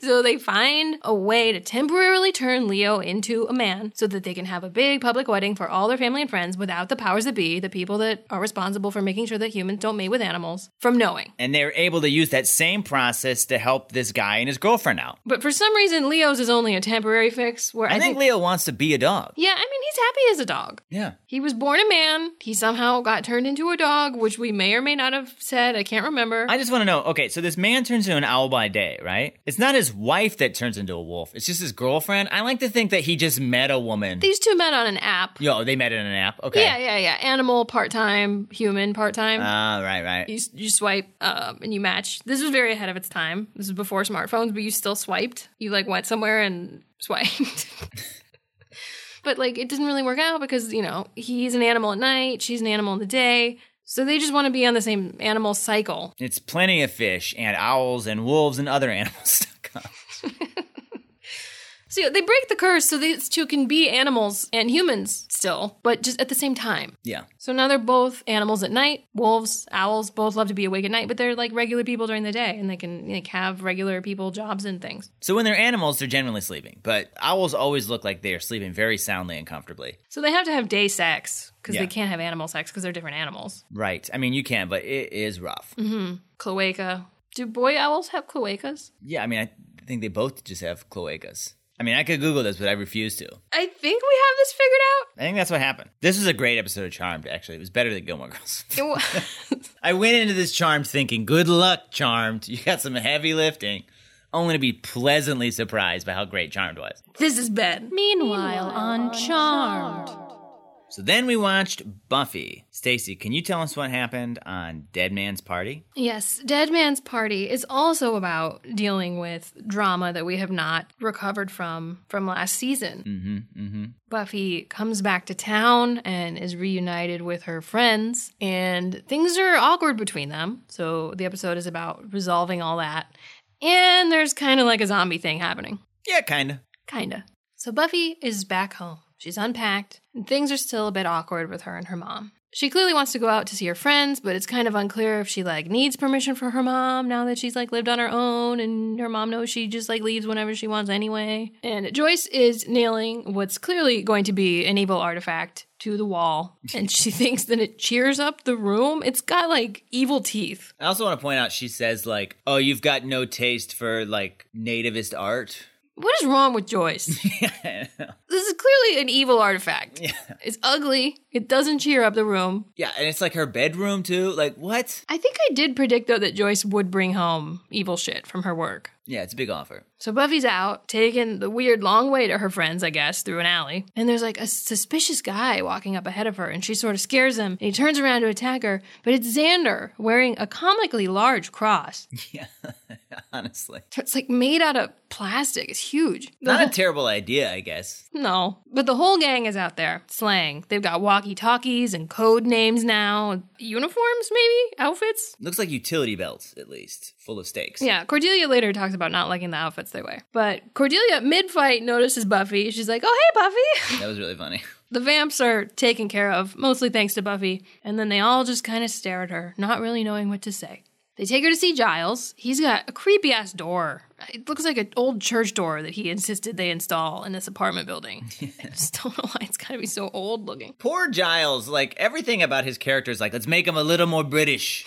S1: So they find a way to temporarily turn Leo into a man so that they can have a big public wedding for all their family and friends without the powers that be, the people that are responsible for making sure that humans don't mate with animals, from knowing.
S3: And they're able to use that same process to help this guy and his girlfriend out.
S1: But for some reason, Leo's is only a temporary fix where I,
S3: I, think,
S1: think,
S3: Leo wants to be a dog.
S1: Yeah, I mean, he's happy as a dog.
S3: Yeah.
S1: He was born a man. He somehow got turned into a dog, which we may or may not have said. I can't remember.
S3: I just want to know okay, so this man turns into an owl by day, right? It's not his wife that turns into a wolf, it's just his girlfriend. I like to think that he just met a woman.
S1: These two met on an app.
S3: Yo, they met in an app. Okay.
S1: Yeah, yeah, yeah. Animal part time, human part time.
S3: Ah, right, right.
S1: you, you swipe um, and you match. This was very ahead of its time. This was before smartphones, but you still swiped. You like went somewhere and swiped. but like it didn't really work out because, you know, he's an animal at night, she's an animal in the day. So they just want to be on the same animal cycle.
S3: It's plenty of fish and owls and wolves and other animals.
S1: So yeah, they break the curse so these two can be animals and humans still, but just at the same time.
S3: yeah.
S1: So now they're both animals at night. Wolves, owls, both love to be awake at night, but they're like regular people during the day and they can like have regular people jobs and things.
S3: So when they're animals, they're generally sleeping, but owls always look like they are sleeping very soundly and comfortably.
S1: So they have to have day sex because
S3: Yeah.
S1: they can't have animal sex because they're different animals.
S3: Right. I mean, you can, but it is rough.
S1: Cloaca. Do boy owls have cloacas?
S3: Yeah, I mean, I think they both just have cloacas. I mean, I could Google this, but I refuse to.
S1: I think we have this figured out.
S3: I think that's what happened. This was a great episode of Charmed, actually. It was better than Gilmore Girls.
S1: It wa-
S3: I went into this Charmed thinking, good luck, Charmed. You got some heavy lifting, only to be pleasantly surprised by how great Charmed was.
S1: this is bad. Meanwhile, on Charmed.
S3: So then we watched Buffy. Stacy, can you tell us what happened on Dead Man's Party?
S1: Yes, Dead Man's Party is also about dealing with drama that we have not recovered from from last season. Mm-hmm, mm-hmm. Buffy comes back to town and is reunited with her friends, and things are awkward between them. So the episode is about resolving all that. And there's kind of like a zombie thing happening.
S3: Yeah, kind of.
S1: Kinda. So Buffy is back home. She's unpacked, and things are still a bit awkward with her and her mom. She clearly wants to go out to see her friends, but it's kind of unclear if she like needs permission for her mom now that she's like lived on her own and her mom knows she just like leaves whenever she wants anyway. And Joyce is nailing what's clearly going to be an evil artifact to the wall, and she thinks that it cheers up the room. It's got like evil teeth.
S3: I also want to point out she says, like, oh, you've got no taste for, like, nativist art.
S1: What is wrong with Joyce?
S3: I know.
S1: the this is clearly an evil artifact. It's ugly. It doesn't cheer up the room.
S3: Yeah, and it's like her bedroom too. Like what?
S1: I think I did predict though that Joyce would bring home evil shit from her work.
S3: Yeah, it's a big offer.
S1: So Buffy's out, taking the weird long way to her friends, I guess, through an alley. And there's like a suspicious guy walking up ahead of her, and she sort of scares him. And he turns around to attack her, but it's Xander wearing a comically large cross.
S3: Yeah, honestly,
S1: It's like made out of plastic. It's huge. The
S3: not a terrible idea, I guess.
S1: No, but the whole gang is out there slang. They've got walkie talkies and code names now, uniforms maybe, outfits.
S3: Looks like utility belts at least, full of stakes.
S1: Yeah, Cordelia later talks about not liking the outfits they wear. But Cordelia mid fight notices Buffy. She's like, "Oh hey, Buffy!"
S3: that was really funny.
S1: the vamps are taken care of mostly thanks to Buffy, and then they all just kind of stare at her, not really knowing what to say. They take her to see Giles. He's got a creepy ass door. It looks like an old church door that he insisted they install in this apartment building. I just don't know why it's got to be so old looking.
S3: Poor Giles. Like everything about his character is like, let's make him a little more British.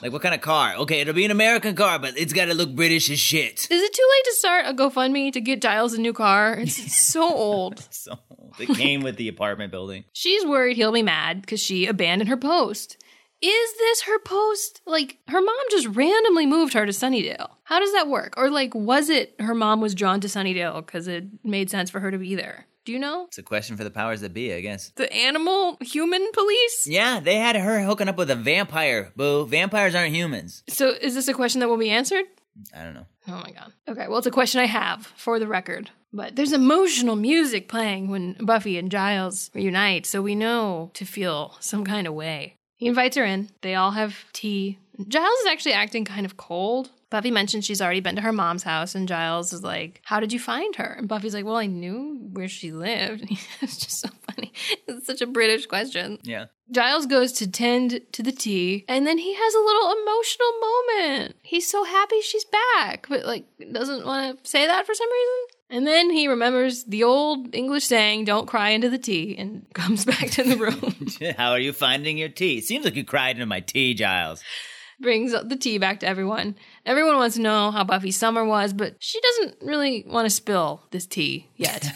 S3: Like what kind of car? Okay, it'll be an American car, but it's got to look British as shit.
S1: Is it too late to start a GoFundMe to get Giles a new car? It's so old.
S3: So they came with the apartment building.
S1: She's worried he'll be mad because she abandoned her post. Is this her post? Like, her mom just randomly moved her to Sunnydale. How does that work? Or, like, was it her mom was drawn to Sunnydale because it made sense for her to be there? Do you know?
S3: It's a question for the powers that be, I guess.
S1: The animal human police?
S3: Yeah, they had her hooking up with a vampire. Boo, vampires aren't humans.
S1: So, is this a question that will be answered?
S3: I don't know.
S1: Oh my god. Okay, well, it's a question I have for the record. But there's emotional music playing when Buffy and Giles reunite, so we know to feel some kind of way. He invites her in. They all have tea. Giles is actually acting kind of cold. Buffy mentioned she's already been to her mom's house, and Giles is like, How did you find her? And Buffy's like, Well, I knew where she lived. it's just so funny. It's such a British question.
S3: Yeah.
S1: Giles goes to tend to the tea, and then he has a little emotional moment. He's so happy she's back, but like doesn't want to say that for some reason. And then he remembers the old English saying, don't cry into the tea, and comes back to the room,
S3: How are you finding your tea? Seems like you cried into my tea, Giles.
S1: brings the tea back to everyone. Everyone wants to know how Buffy's summer was, but she doesn't really want to spill this tea yet.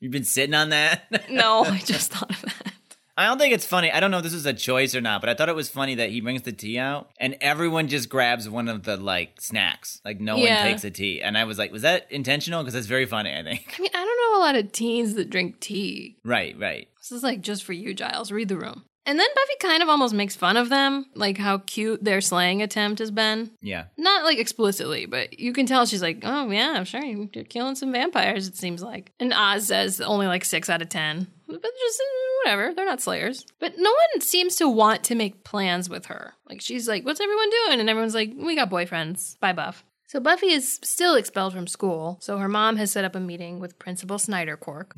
S3: You've been sitting on that?
S1: no, I just thought of that.
S3: I don't think it's funny. I don't know if this is a choice or not, but I thought it was funny that he brings the tea out and everyone just grabs one of the like snacks. Like no
S1: Yeah.
S3: one takes a tea. And I was like, was that intentional? Because that's very funny, I think.
S1: I mean, I don't know a lot of teens that drink tea.
S3: right, right.
S1: This is like just for you, Giles. Read the room. And then Buffy kind of almost makes fun of them, like how cute their slang attempt has been.
S3: Yeah.
S1: Not like explicitly, but you can tell she's like, oh, yeah, I'm sure you're killing some vampires, it seems like. And Oz says only like six out of 10. But just eh, whatever, they're not slayers. But no one seems to want to make plans with her. Like she's like, what's everyone doing? And everyone's like, we got boyfriends. Bye, Buff. So Buffy is still expelled from school, so her mom has set up a meeting with Principal Snyder Cork.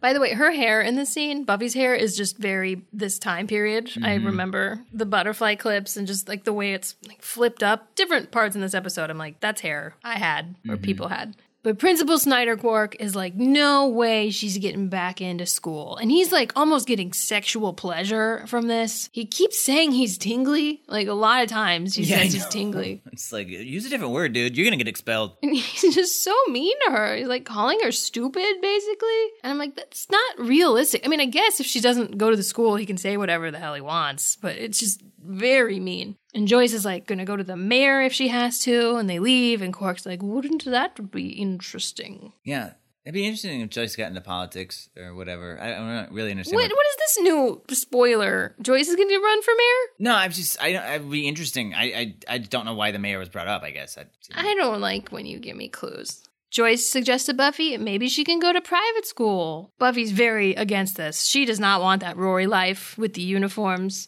S1: By the way, her hair in the scene, Buffy's hair is just very this time period. I
S3: Mm-hmm.
S1: remember the butterfly clips and just like the way it's like flipped up. Different parts in this episode, I'm like, that's hair I had or
S3: Mm-hmm.
S1: people had. But Principal Snyder Quark is like, no way she's getting back into school. And he's like almost getting sexual pleasure from this. He keeps saying he's tingly. Like a lot of times he
S3: Yeah, I
S1: says he's
S3: know.
S1: tingly.
S3: It's like use a different word, dude. You're gonna get expelled.
S1: And he's just so mean to her. He's like calling her stupid, basically. And I'm like, that's not realistic. I mean, I guess if she doesn't go to the school, he can say whatever the hell he wants, but it's just very mean. And Joyce is like, gonna go to the mayor if she has to, and they leave. And Cork's like, wouldn't that be interesting?
S3: Yeah. It'd be interesting if Joyce got into politics or whatever. I, I don't really understand.
S1: What,
S3: what-
S1: what is this new spoiler? Joyce is gonna run for mayor?
S3: no, I'm just. I don't. It'd be interesting. I, I. I don't know why the mayor was brought up. I guess. I,
S1: I don't like when you give me clues. Joyce suggests to Buffy maybe she can go to private school. Buffy's very against this. She does not want that Rory life with the uniforms.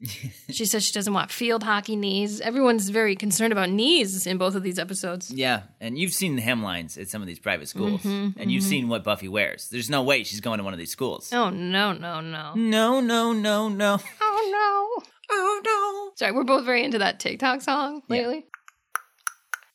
S1: she says she doesn't want field hockey knees. Everyone's very concerned about knees in both of these episodes.
S3: yeah, and you've seen the hemlines at some of these private schools,
S1: Mm-hmm,
S3: and you've seen what Buffy wears. There's no way she's going to one of these schools.
S1: Oh, no, no, no.
S3: No, no, no, no.
S1: Oh, no.
S3: Oh no.
S1: Sorry, we're both very into that TikTok song lately.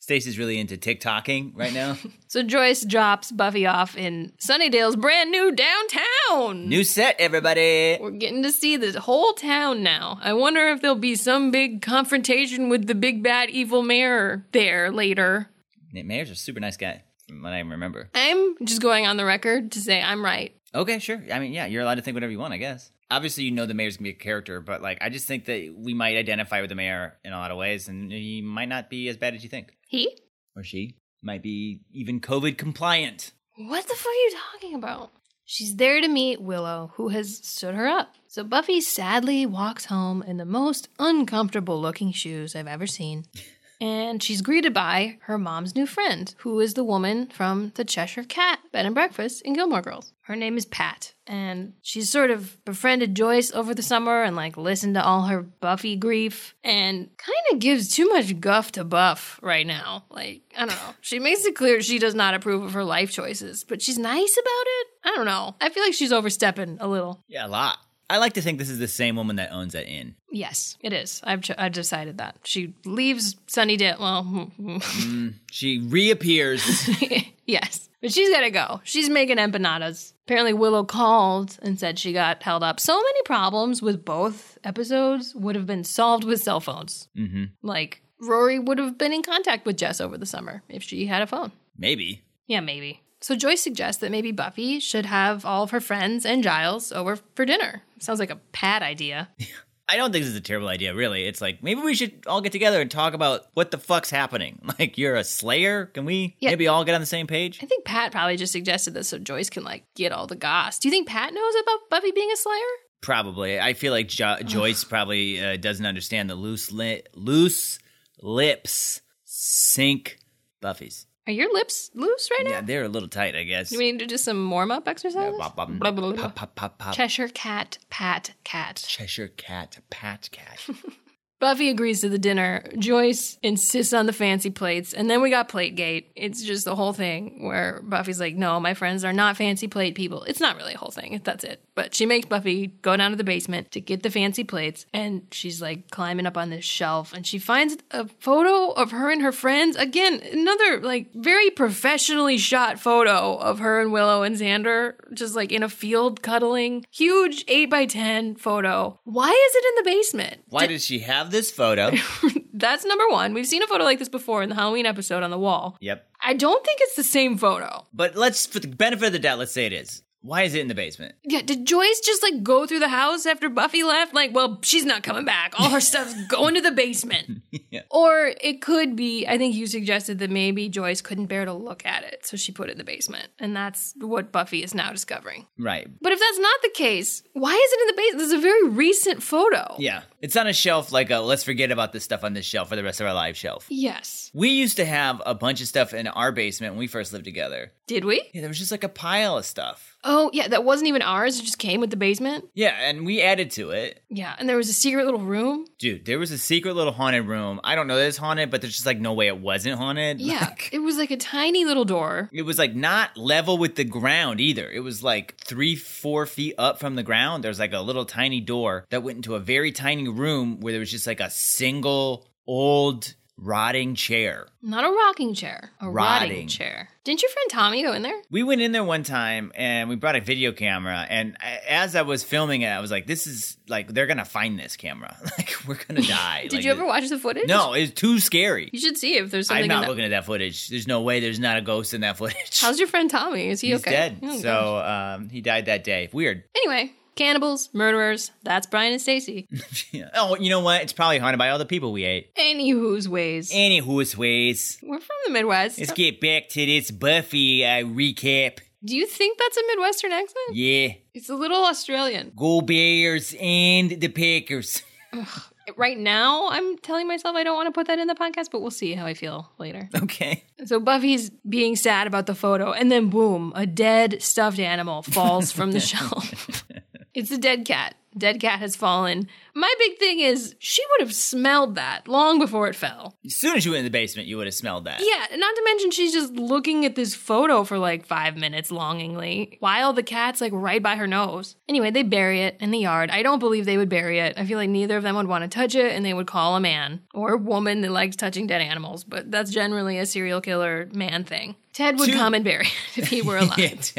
S3: Stacy's really into TikToking right now.
S1: So Joyce drops Buffy off in Sunnydale's brand new downtown.
S3: New set, everybody.
S1: We're getting to see the whole town now. I wonder if there'll be some big confrontation with the big bad evil mayor there later.
S3: Nate Mayor's a super nice guy. from what I remember.
S1: I'm just going on the record to say I'm right.
S3: Okay, sure. I mean, yeah, you're allowed to think whatever you want, I guess. Obviously, you know the mayor's gonna be a character, but like, I just think that we might identify with the mayor in a lot of ways, and he might not be as bad as you think,
S1: He?
S3: or she might be even COVID compliant.
S1: What the fuck are you talking about? She's there to meet Willow, who has stood her up. So Buffy sadly walks home in the most uncomfortable looking shoes I've ever seen. And she's greeted by her mom's new friend, who is the woman from the Cheshire Cat Bed and Breakfast in Gilmore Girls. Her name is Pat, and she's sort of befriended Joyce over the summer and like listened to all her Buffy grief and kind of gives too much guff to Buff right now. Like, I don't know. She makes it clear she does not approve of her life choices, but she's nice about it. I don't know. I feel like she's overstepping a little.
S3: Yeah, a lot. I like to think this is the same woman that owns that inn.
S1: Yes, it is. I've, ch- I've decided that. She leaves Sunnydale. Well, hmm,
S3: She reappears.
S1: yes. But she's gotta go. She's making empanadas. Apparently, Willow called and said she got held up. So many problems with both episodes would have been solved with cell phones. Mm-hmm. Like, Rory would have been in contact with Jess over the summer if she had a phone.
S3: Maybe.
S1: Yeah, maybe. So Joyce suggests that maybe Buffy should have all of her friends and Giles over for dinner. Sounds like a Pat idea.
S3: I don't think this is a terrible idea, really. It's like maybe we should all get together and talk about what the fuck's happening. Like you're a slayer? Can we
S1: Yeah.
S3: maybe all get on the same page?
S1: I think Pat probably just suggested this so Joyce can like get all the goss. Do you think Pat knows about Buffy being a slayer?
S3: Probably. I feel like jo- Joyce probably uh, doesn't understand the loose li- loose lips sink Buffy's.
S1: Are your lips loose right now?
S3: Yeah, they're a little tight, I guess.
S1: Do we need to do some warm up exercises?
S3: Bop, bop,
S1: Blah, blah, blah.
S3: pop, pop, pop, pop.
S1: Cheshire cat, pat, cat.
S3: Cheshire cat, pat cat.
S1: Buffy agrees to the dinner. Joyce insists on the fancy plates. And then we got Plategate. It's just the whole thing where Buffy's like, no, my friends are not fancy plate people. It's not really a whole thing. That's it. But she makes Buffy go down to the basement to get the fancy plates. And she's like climbing up on this shelf. And she finds a photo of her and her friends. Again, another like very professionally shot photo of her and Willow and Xander just like in a field cuddling. Huge 8 by 10 photo. Why is it in the basement?
S3: Why does she have this photo?
S1: That's number one. We've seen a photo like this before in the Halloween episode on the wall.
S3: yep.
S1: I don't think it's the same photo.
S3: But let's, for the benefit of the doubt, let's say it is. Why is it in the basement?
S1: Yeah, did Joyce just like go through the house after Buffy left? Like, well, she's not coming back. All her stuff's going to the basement. Or it could be, I think you suggested that maybe Joyce couldn't bear to look at it, so she put it in the basement. And that's what Buffy is now discovering.
S3: Right.
S1: But if that's not the case, why is it in the basement? This is a very recent photo.
S3: Yeah. It's on a shelf like a let's forget about this stuff on this shelf for the rest of our lives shelf.
S1: Yes.
S3: We used to have a bunch of stuff in our basement when we first lived together.
S1: Did we?
S3: Yeah, there was just like a pile of stuff.
S1: Oh, yeah, that wasn't even ours. It just came with the basement.
S3: Yeah, and we added to it.
S1: Yeah, and there was a secret little room.
S3: Dude, there was a secret little haunted room. I don't know that it's haunted, but there's just like no way it wasn't haunted.
S1: Yeah,
S3: Like,
S1: it was like a tiny little door.
S3: it was like not level with the ground either. It was like three, four feet up from the ground. There's like a little tiny door that went into a very tiny room where there was just like a single old rotting chair.
S1: Not a rocking chair, a rotting,
S3: Rotting.
S1: chair. Didn't your friend Tommy go in there?
S3: We went in there one time and we brought a video camera. And a- as I was filming it, I was like, "This is like they're gonna find this camera. Like we're gonna die."
S1: Did
S3: Like,
S1: you ever watch the footage?
S3: No, it's too scary.
S1: You should see if there's something
S3: I'm
S1: in
S3: not
S1: that.
S3: looking at that footage. There's no way. There's not a ghost in that footage.
S1: How's your friend Tommy? Is he
S3: He's
S1: okay?
S3: dead.
S1: Oh, gosh.
S3: so um, he died that day. Weird.
S1: anyway, cannibals, murderers, that's Brian and Stacy.
S3: Yeah. Oh, you know what? It's probably haunted by all the people we ate.
S1: Any who's ways.
S3: Any who's ways.
S1: We're from the Midwest.
S3: Let's get back to this Buffy uh, recap.
S1: Do you think that's a Midwestern accent?
S3: Yeah.
S1: It's a little Australian.
S3: Go Bears and the Packers.
S1: Right now, I'm telling myself I don't want to put that in the podcast, but we'll see how I feel later.
S3: Okay.
S1: So Buffy's being sad about the photo, and then boom, a dead stuffed animal falls from the shelf. It's a dead cat. Dead cat has fallen. My big thing is she would have smelled that long before it fell.
S3: As soon as you went in the basement, you would have smelled that.
S1: Yeah, not to mention she's just looking at this photo for like five minutes longingly while the cat's like right by her nose. Anyway, they bury it in the yard. I don't believe they would bury it. I feel like neither of them would want to touch it and they would call a man or a woman that likes touching dead animals, but that's generally a serial killer man thing. Ted would
S3: Two-
S1: come and bury it if he were alive.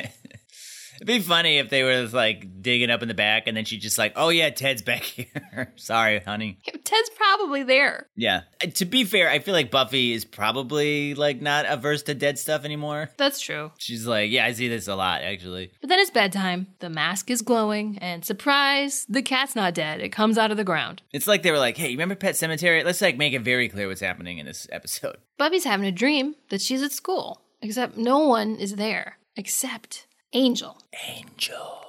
S3: It'd be funny if they were just, like digging up in the back and then she just like, oh yeah, Ted's back here. Sorry, honey.
S1: Ted Ted's probably there.
S3: Yeah. Uh, To be fair, I feel like Buffy is probably like not averse to dead stuff anymore.
S1: That's true.
S3: She's like, yeah, I see this a lot actually.
S1: But then it's bedtime. The mask is glowing, and surprise, the cat's not dead. It comes out of the ground.
S3: It's like they were like, hey, you remember Pet Cemetery? Let's like make it very clear what's happening in this episode.
S1: Buffy's having a dream that she's at school, except no one is there except Angel.
S3: Angel.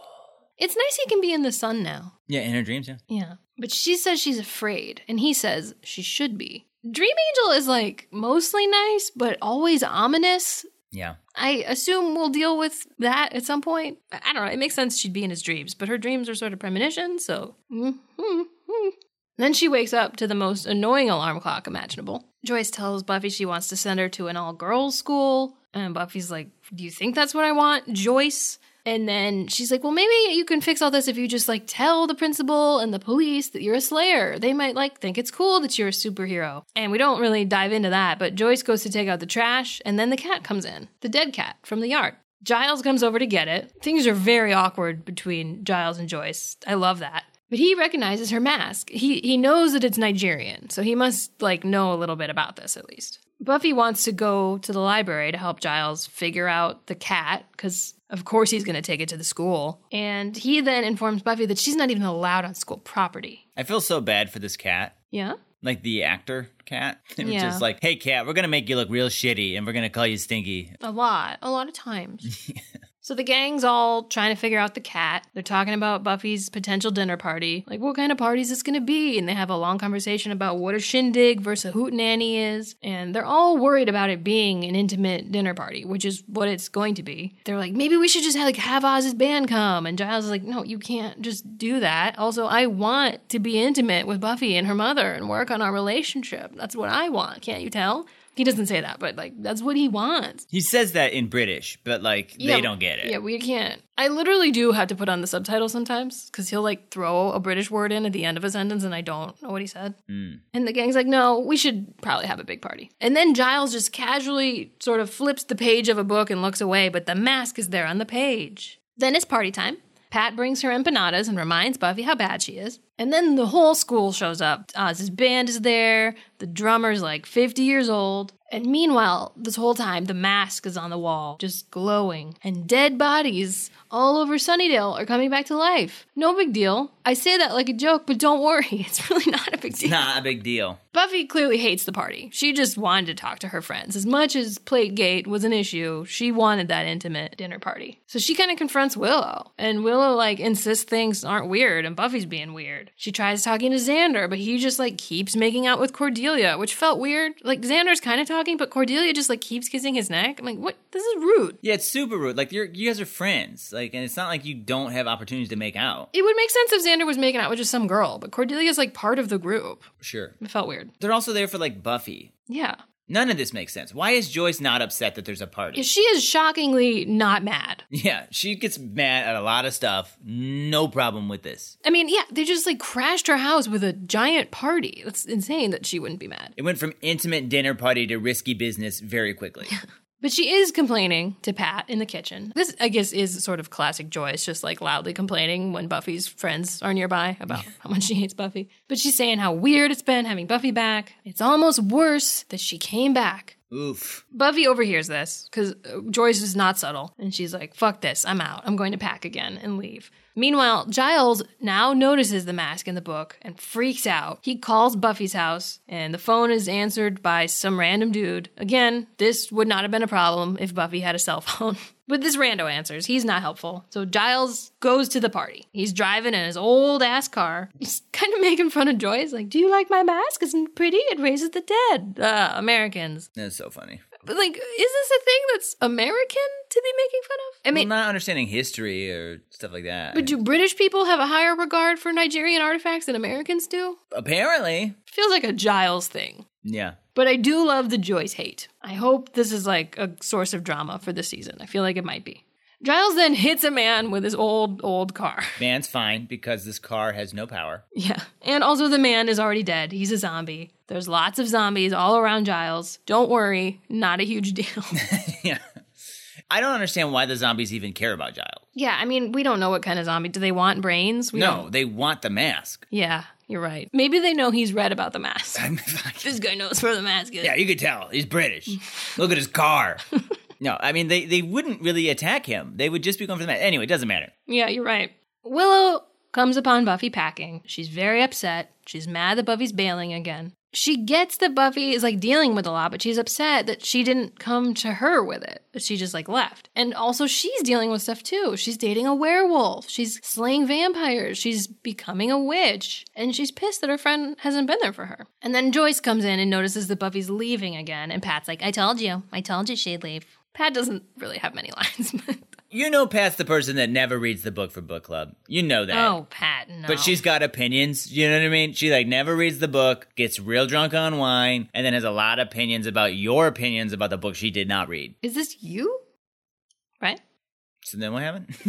S1: It's nice he can be in the sun now.
S3: Yeah, in her dreams, yeah.
S1: Yeah. But she says she's afraid, and he says she should be. Dream Angel is like mostly nice, but always ominous.
S3: Yeah.
S1: I assume we'll deal with that at some point. I I don't know. It makes sense she'd be in his dreams, but her dreams are sort of premonitions, so. mm, mm, mm. Then she wakes up to the most annoying alarm clock imaginable. Joyce tells Buffy she wants to send her to an all girls school, and Buffy's like, Do you think that's what I want, Joyce? And then she's like, Well, maybe you can fix all this if you just like tell the principal and the police that you're a slayer. They might like think it's cool that you're a superhero. And we don't really dive into that, but Joyce goes to take out the trash, and then the cat comes in the dead cat from the yard. Giles comes over to get it. Things are very awkward between Giles and Joyce. I love that. But he recognizes her mask. He he knows that it's Nigerian, so he must like know a little bit about this at least. Buffy wants to go to the library to help Giles figure out the cat cuz of course he's going to take it to the school. And he then informs Buffy that she's not even allowed on school property.
S3: I feel so bad for this cat.
S1: Yeah?
S3: Like the actor cat. They were
S1: Yeah.
S3: just like, hey cat, we're gonna make you look real shitty and we're gonna call you stinky.
S1: A lot, a lot of times. So the gang's all trying to figure out the cat. They're talking about Buffy's potential dinner party. Like, what kind of party is this going to be? And they have a long conversation about what a shindig versus a hootenanny is. And they're all worried about it being an intimate dinner party, which is what it's going to be. They're like, maybe we should just have, like have Oz's band come. And Giles is like, no, you can't just do that. Also, I want to be intimate with Buffy and her mother and work on our relationship. That's what I want. Can't you tell? He doesn't say that, but like that's what he wants.
S3: He says that in British, but like
S1: Yeah,
S3: they don't get it.
S1: Yeah, we can't. I literally do have to put on the subtitles sometimes because he'll like throw a British word in at the end of a sentence and I don't know what he said. And the gang's like, no, we should probably have a big party. And then Giles just casually sort of flips the page of a book and looks away, but the mask is there on the page. Then it's party time. Pat brings her empanadas and reminds Buffy how bad she is. And then the whole school shows up. Oz's band is there. The drummer's like 50 years old. And meanwhile, this whole time, the mask is on the wall, just glowing. And dead bodies all over Sunnydale are coming back to life. No big deal. I say that like a joke, but don't worry. It's really not a big deal.
S3: Not a big deal.
S1: Buffy clearly hates the party. She just wanted to talk to her friends. As much as Plategate was an issue, she wanted that intimate dinner party. So she kind of confronts Willow, and Willow like insists things aren't weird and Buffy's being weird. She tries talking to Xander, but he just like keeps making out with Cordelia, which felt weird. Like Xander's kind of talking, but Cordelia just like keeps kissing his neck. I'm like, "What? This is rude."
S3: Yeah, it's super rude. Like you're you guys are friends. Like and it's not like you don't have opportunities to make out.
S1: It would make sense if Xander was making out with just some girl, but Cordelia's like part of the group.
S3: Sure.
S1: It felt weird.
S3: They're also there for like Buffy.
S1: Yeah.
S3: None of this makes sense. Why is Joyce not upset that there's a party?
S1: She is shockingly not mad.
S3: yeah, she gets mad at a lot of stuff. No problem with this.
S1: I mean, yeah, they just like crashed her house with a giant party. That's insane that she wouldn't be mad.
S3: It went from intimate dinner party to risky business very quickly.
S1: But she is complaining to Pat in the kitchen. This, I guess, is sort of classic Joyce, just like loudly complaining when Buffy's friends are nearby about how much she hates Buffy. But she's saying how weird it's been having Buffy back. It's almost worse that she came back.
S3: Oof.
S1: Buffy overhears this because Joyce is not subtle. And she's like, fuck this, I'm out. I'm going to pack again and leave. Meanwhile, Giles now notices the mask in the book and freaks out. He calls Buffy's house, and the phone is answered by some random dude. Again, this would not have been a problem if Buffy had a cell phone. But this rando answers. He's not helpful. So Giles goes to the party. He's driving in his old ass car. He's kind of making fun of Joyce, like, Do you like my mask? Isn't it pretty? It raises the dead. Uh, Americans.
S3: That's so funny.
S1: But like, is this a thing that's American to be making fun of? I
S3: I'm
S1: mean,
S3: not understanding history or stuff like that.
S1: but do British people have a higher regard for Nigerian artifacts than Americans do?
S3: Apparently.
S1: Feels like a Giles thing.
S3: Yeah.
S1: But I do love the Joyce hate. I hope this is like a source of drama for this season. I feel like it might be. Giles then hits a man with his old, old car.
S3: Man's fine because this car has no power.
S1: Yeah. And also, the man is already dead. He's a zombie. There's lots of zombies all around Giles. Don't worry, not a huge deal.
S3: yeah. I don't understand why the zombies even care about Giles.
S1: Yeah, I mean, we don't know what kind of zombie. Do they want brains? We
S3: no,
S1: don't-
S3: they want the mask.
S1: Yeah, you're right. Maybe they know he's read about the mask.
S3: I'm like,
S1: this guy knows where the mask is.
S3: yeah, you could tell he's British. Look at his car. no, I mean they they wouldn't really attack him. They would just be going for the mask. Anyway, it doesn't matter.
S1: Yeah, you're right. Willow comes upon Buffy packing. She's very upset. She's mad that Buffy's bailing again. She gets that Buffy is like dealing with a lot, but she's upset that she didn't come to her with it. That she just like left. And also, she's dealing with stuff too. She's dating a werewolf. She's slaying vampires. She's becoming a witch. And she's pissed that her friend hasn't been there for her. And then Joyce comes in and notices that Buffy's leaving again. And Pat's like, I told you. I told you she'd leave. Pat doesn't really have many lines, but.
S3: You know, Pat's the person that never reads the book for book club. You know that.
S1: Oh, Pat, no.
S3: But she's got opinions. You know what I mean? She like never reads the book, gets real drunk on wine, and then has a lot of opinions about your opinions about the book she did not read.
S1: Is this you? Right?
S3: So then what happened?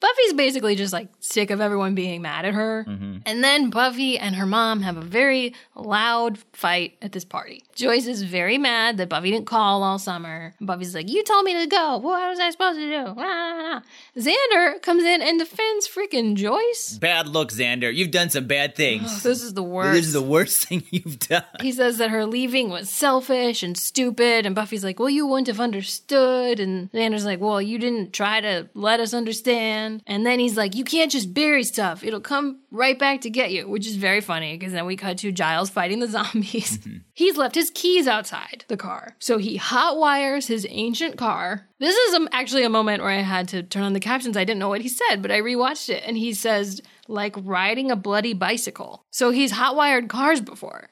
S1: Buffy's basically just like sick of everyone being mad at her.
S3: Mm-hmm.
S1: And then Buffy and her mom have a very loud fight at this party. Joyce is very mad that Buffy didn't call all summer. Buffy's like, You told me to go. What was I supposed to do? Ah. Xander comes in and defends freaking Joyce.
S3: bad look, Xander. You've done some bad things.
S1: This is the worst.
S3: Mm. This is the worst thing you've done.
S1: he says that her leaving was selfish and stupid, and Buffy's like, Well, you wouldn't have understood. And Xander's like, Well, you didn't try to let us understand. And then he's like, You can't just bury stuff, it'll come right back to get you, which is very funny because then we cut to Giles fighting the zombies. He's left his keys outside the car, so he hotwires his ancient car. This is um, actually a moment where I had to turn on the captions. I didn't know what he said, but I rewatched it, and he says, like riding a bloody bicycle. So he's hotwired cars before.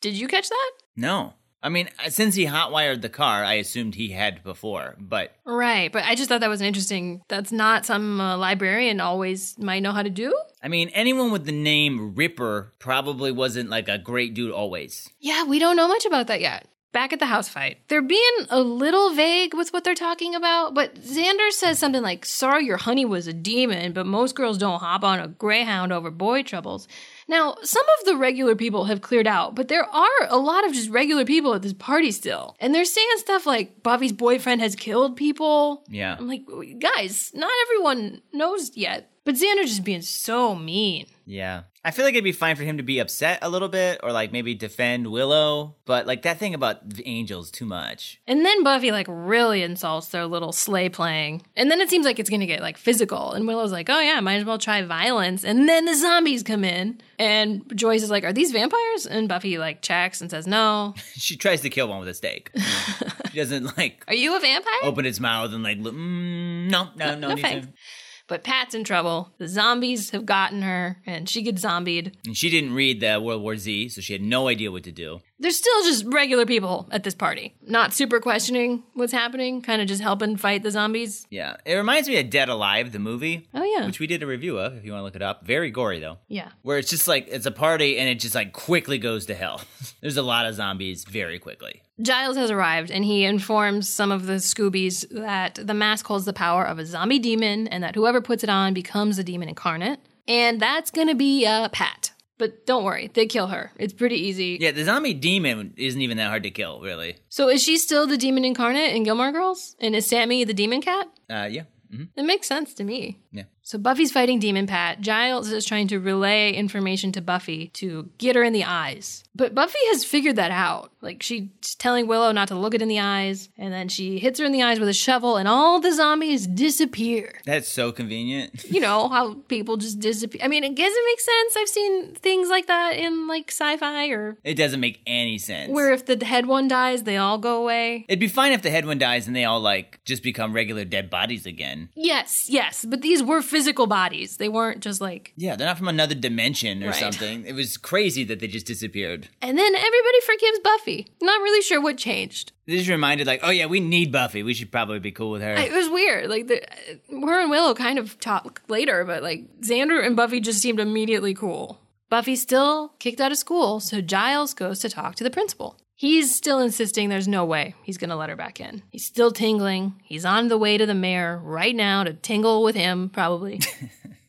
S1: Did you catch that?
S3: No. I mean, uh, since he hotwired the car, I assumed he had before, but
S1: Right, but I just thought that was interesting. That's not some uh, librarian always might know how to do.
S3: I mean, anyone with the name Ripper probably wasn't like a great dude always.
S1: Yeah, we don't know much about that yet. Back at the house fight, they're being a little vague with what they're talking about, but Xander says something like, Sorry, your honey was a demon, but most girls don't hop on a greyhound over boy troubles. Now, some of the regular people have cleared out, but there are a lot of just regular people at this party still. And they're saying stuff like, Bobby's boyfriend has killed people.
S3: Yeah.
S1: I'm like, guys, not everyone knows yet. But Xander's just being so mean.
S3: Yeah. I feel like it'd be fine for him to be upset a little bit or like maybe defend Willow, but like that thing about the angels too much.
S1: And then Buffy like really insults their little sleigh playing. And then it seems like it's gonna get like physical. And Willow's like, oh yeah, might as well try violence. And then the zombies come in. And Joyce is like, are these vampires? And Buffy like checks and says, no.
S3: She tries to kill one with a stake. she doesn't like
S1: Are you a vampire?
S3: open its mouth and like, mm, no, no, no,
S1: No
S3: need
S1: thanks.
S3: to.
S1: But Pat's in trouble. The zombies have gotten her and she gets zombied.
S3: And she didn't read the World War Z, so she had no idea what to do.
S1: There's still just regular people at this party, not super questioning what's happening, kind of just helping fight the zombies.
S3: Yeah. It reminds me of Dead Alive, the movie,
S1: Oh, yeah.
S3: which we did a review of if you want to look it up. Very gory though.
S1: yeah.
S3: where it's just like it's a party and it just like quickly goes to hell. There's a lot of zombies very quickly.
S1: Giles has arrived and he informs some of the Scoobies that the mask holds the power of a zombie demon and that whoever puts it on becomes a demon incarnate. And that's going to be uh, Pat. But don't worry, they kill her. It's pretty easy.
S3: Yeah, the zombie demon isn't even that hard to kill, really.
S1: So is she still the demon incarnate in Gilmore Girls? And is Sammy the demon cat?
S3: Uh, yeah. hmm
S1: That makes sense to me.
S3: Yeah.
S1: So Buffy's fighting Demon Pat. Giles is trying to relay information to Buffy to get her in the eyes. But Buffy has figured that out. Like she's telling Willow not to look it in the eyes, and then she hits her in the eyes with a shovel, and all the zombies disappear.
S3: That's so convenient.
S1: You know how people just disappear. I mean, I guess it makes sense. I've seen things like that in like sci-fi or
S3: It doesn't make any sense.
S1: where if the head one dies, they all go away.
S3: It'd be fine if the head one dies and they all like just become regular dead bodies again.
S1: Yes, yes, but these were physical bodies. They weren't just like
S3: Yeah, they're not from another dimension or
S1: Right.
S3: something. It was crazy that they just disappeared.
S1: And then everybody forgives Buffy. Not really sure what changed.
S3: They just reminded like, oh yeah, we need Buffy. We should probably be cool with her.
S1: It was weird. Like the, her and Willow kind of talk later, but like Xander and Buffy just seemed immediately cool. Buffy's still kicked out of school, so Giles goes to talk to the principal. He's still insisting there's no way he's going to let her back in. He's still tingling. He's on the way to the mayor right now to tingle with him, probably.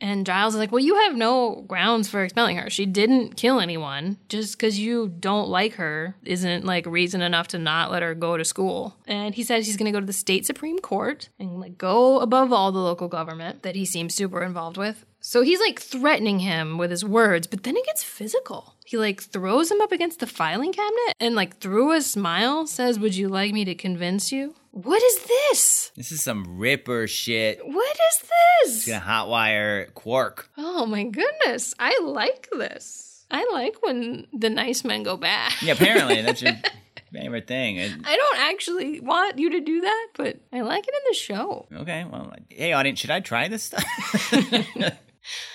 S1: And Giles is like, Well, you have no grounds for expelling her. She didn't kill anyone. Just because you don't like her isn't like reason enough to not let her go to school. And he says he's going to go to the state Supreme Court and like go above all the local government that he seems super involved with. So he's like threatening him with his words, but then it gets physical. He like throws him up against the filing cabinet and like through a smile says, Would you like me to convince you? What is this?
S3: This is some Ripper shit.
S1: What is this?
S3: Gonna hotwire Quark.
S1: Oh my goodness. I like this. I like when the nice men go back.
S3: Yeah, apparently that's your favorite thing. And-
S1: I don't actually want you to do that, but I like it in the show.
S3: okay, well, hey, audience, should I try this stuff?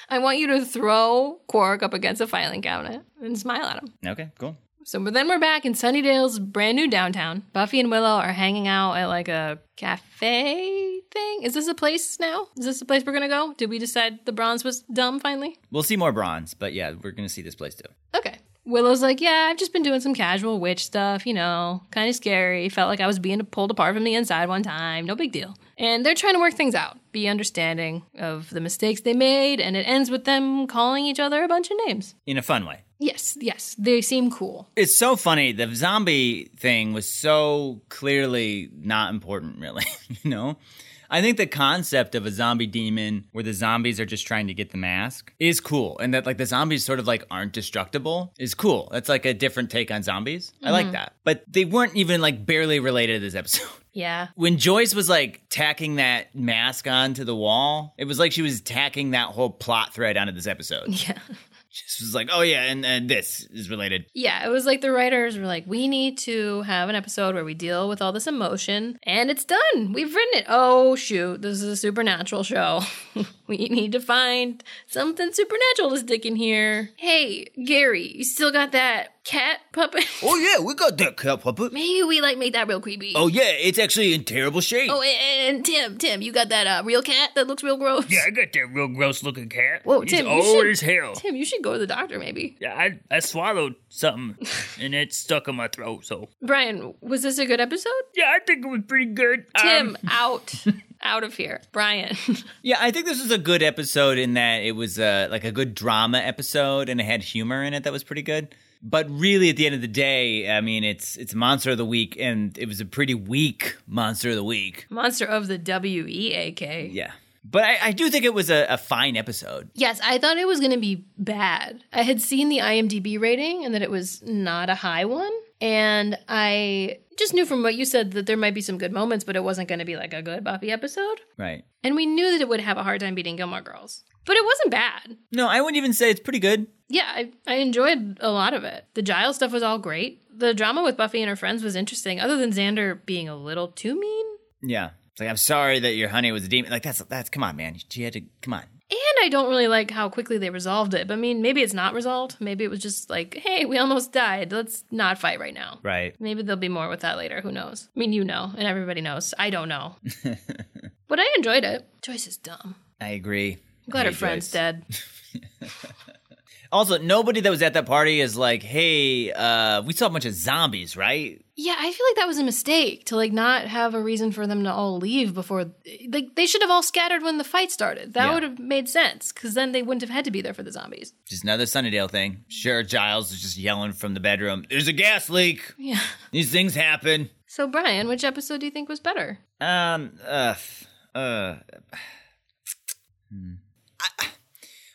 S1: I want you to throw Quark up against a filing cabinet and smile at him.
S3: okay, cool.
S1: So but then we're back in Sunnydale's brand new downtown. Buffy and Willow are hanging out at like a cafe thing. Is this a place now? Is this the place we're gonna go? Did we decide the bronze was dumb finally?
S3: We'll see more bronze, but yeah, we're gonna see this place too.
S1: Okay. Willow's like, yeah, I've just been doing some casual witch stuff, you know, kind of scary. Felt like I was being pulled apart from the inside one time. No big deal. And they're trying to work things out, be understanding of the mistakes they made, and it ends with them calling each other a bunch of names.
S3: In a fun way.
S1: Yes, yes, they seem cool.
S3: It's so funny. The zombie thing was so clearly not important, really. you know? I think the concept of a zombie demon where the zombies are just trying to get the mask is cool. And that like the zombies sort of like aren't destructible is cool. That's like a different take on zombies. I like that. But they weren't even like barely related to this episode.
S1: Yeah.
S3: when Joyce was like tacking that mask onto the wall, it was like she was tacking that whole plot thread onto this episode.
S1: Yeah.
S3: She just was like, oh yeah, and, and this is related.
S1: Yeah, it was like the writers were like, we need to have an episode where we deal with all this emotion, and it's done. We've written it. Oh, shoot, this is a supernatural show. we need to find something supernatural to stick in here. Hey, Gary, you still got that cat puppet?
S3: Oh yeah, we got that cat puppet.
S1: Maybe we like make that real creepy.
S3: Oh yeah, it's actually in terrible shape.
S1: Oh, and, and Tim, Tim, you got that uh, real cat that looks real gross?
S2: Yeah, I got that real gross looking cat.
S1: Whoa,
S2: He's
S1: Tim, you
S2: old
S1: should-
S2: as hell.
S1: Tim, you should go to the doctor, maybe.
S2: Yeah, I, I swallowed something and it stuck in my throat, so.
S1: Brian, was this a good episode?
S2: Yeah, I think it was pretty good.
S1: Tim,
S2: Um,
S1: out. out of here. Brian.
S3: Yeah, I think this was a good episode in that it was uh, like a good drama episode and it had humor in it that was pretty good. But really, at the end of the day, I mean, it's it's monster of the week, and it was a pretty weak monster of the week.
S1: Monster of the W E A K.
S3: Yeah, but I, I do think it was a, a fine episode.
S1: Yes, I thought it was going to be bad. I had seen the IMDb rating and that it was not a high one. And I just knew from what you said that there might be some good moments, but it wasn't going to be like a good Buffy episode.
S3: Right.
S1: And we knew that it would have a hard time beating Gilmore Girls. But it wasn't bad.
S3: No, I wouldn't even say it's pretty good.
S1: Yeah, I, I enjoyed a lot of it. The Giles stuff was all great. The drama with Buffy and her friends was interesting, other than Xander being a little too mean.
S3: Yeah. It's like I'm sorry that your honey was a demon. Like that's that's come on, man. She had to come on.
S1: And I don't really like how quickly they resolved it. But I mean, maybe it's not resolved. Maybe it was just like, hey, we almost died. Let's not fight right now.
S3: Right.
S1: Maybe there'll be more with that later. Who knows? I mean, you know, and everybody knows. I don't know. but I enjoyed it. Joyce is dumb.
S3: I agree.
S1: I'm glad
S3: I
S1: her
S3: hate
S1: friend's
S3: Joyce.
S1: dead.
S3: Also, nobody that was at that party is like, hey, uh, we saw a bunch of zombies, right?
S1: Yeah, I feel like that was a mistake to like not have a reason for them to all leave before. Like they should have all scattered when the fight started. That
S3: Yeah.
S1: would have made sense because then they wouldn't have had to be there for the zombies.
S3: Just another Sunnydale thing. Sure, Giles is just yelling from the bedroom. There's a gas leak.
S1: Yeah.
S3: These things happen.
S1: So Brian, which episode do you think was better?
S3: Um, uh, f- uh, hmm. I,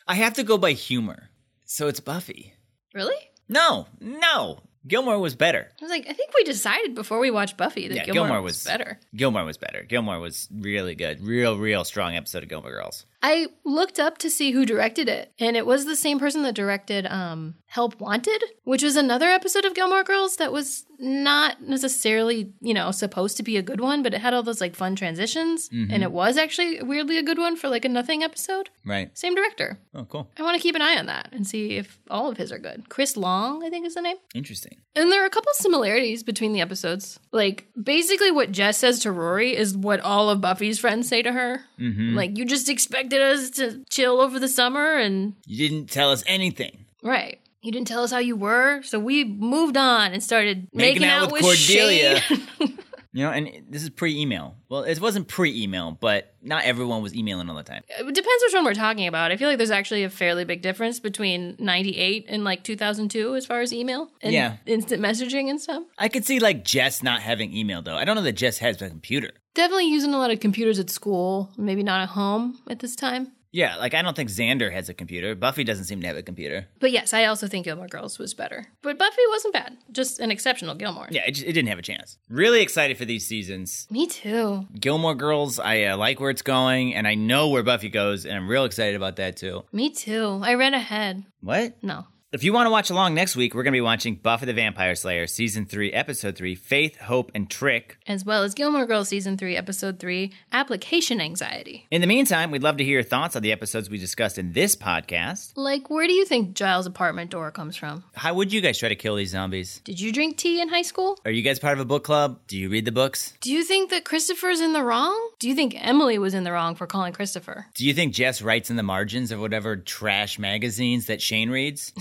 S3: I have to go by humor. So it's Buffy.
S1: Really?
S3: No, no. Gilmore was better.
S1: I was like, I think we decided before we watched Buffy that
S3: Yeah,
S1: Gilmore,
S3: Gilmore
S1: was,
S3: was-
S1: better.
S3: Gilmore was better. Gilmore was really good. Real, real strong episode of Gilmore Girls.
S1: I looked up to see who directed it, and it was the same person that directed um, Help Wanted, which was another episode of Gilmore Girls that was not necessarily, you know, supposed to be a good one, but it had all those like fun transitions, and it was actually weirdly a good one for like a nothing episode.
S3: Right.
S1: Same director.
S3: Oh, cool.
S1: I want to keep an eye on that and see if all of his are good. Chris Long, I think is the name.
S3: Interesting.
S1: And there are a couple similarities between the episodes. Like, basically, what Jess says to Rory is what all of Buffy's friends say to her. Like, you just expected us to chill over the summer, and
S3: You didn't tell us anything.
S1: right. You didn't tell us how you were, so we moved on and started making, out, with, Cordelia.
S3: You know, and this is pre email. Well, it wasn't pre email, but not everyone was emailing all the time.
S1: It depends which one we're talking about. I feel like there's actually a fairly big difference between 98 and like 2002 as far as email and
S3: Yeah.
S1: instant messaging and stuff.
S3: I could see like Jess not having email though. I don't know that Jess has a computer.
S1: Definitely using a lot of computers at school, maybe not at home at this time.
S3: Yeah, like I don't think Xander has a computer. Buffy doesn't seem to have a computer.
S1: But yes, I also think Gilmore Girls was better. But Buffy wasn't bad, just an exceptional Gilmore.
S3: Yeah, it, just, it didn't have a chance. Really excited for these seasons.
S1: Me too.
S3: Gilmore Girls, I uh, like where it's going, and I know where Buffy goes, and I'm real excited about that too.
S1: Me too. I read ahead.
S3: What?
S1: No.
S3: If you want to watch along next week, we're going to be watching Buffy the Vampire Slayer, Season 3, Episode 3, Faith, Hope, and Trick.
S1: As well as Gilmore Girls Season 3, Episode 3, Application Anxiety.
S3: In the meantime, we'd love to hear your thoughts on the episodes we discussed in this podcast.
S1: Like, where do you think Giles' apartment door comes from?
S3: How would you guys try to kill these zombies?
S1: Did you drink tea in high school?
S3: Are you guys part of a book club? Do you read the books?
S1: Do you think that Christopher's in the wrong? Do you think Emily was in the wrong for calling Christopher?
S3: Do you think Jess writes in the margins of whatever trash magazines that Shane reads?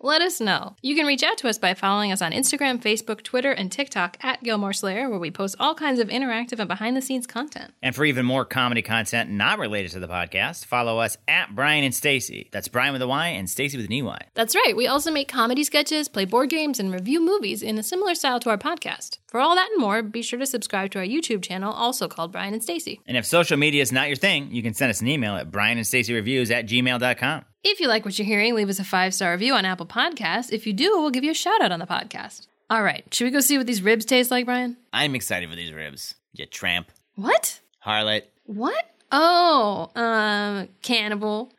S1: Let us know. You can reach out to us by following us on Instagram, Facebook, Twitter, and TikTok at Gilmore Slayer, where we post all kinds of interactive and behind the scenes content.
S3: And for even more comedy content not related to the podcast, follow us at Brian and Stacy. That's Brian with a Y and Stacy with an EY.
S1: That's right, we also make comedy sketches, play board games, and review movies in a similar style to our podcast. For all that and more, be sure to subscribe to our YouTube channel, also called Brian and Stacy.
S3: And if social media is not your thing, you can send us an email at Brian and Stacy Reviews at gmail.com.
S1: If you like what you're hearing, leave us a five star review on Apple Podcasts. If you do, we'll give you a shout out on the podcast. All right, should we go see what these ribs taste like, Brian?
S3: I'm excited for these ribs. You tramp,
S1: What?
S3: harlot.
S1: What? Oh, um, cannibal.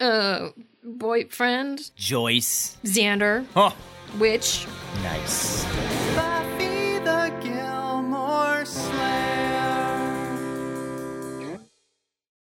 S1: uh, boyfriend.
S3: Joyce.
S1: Xander.
S3: Oh,
S1: Witch.
S3: nice.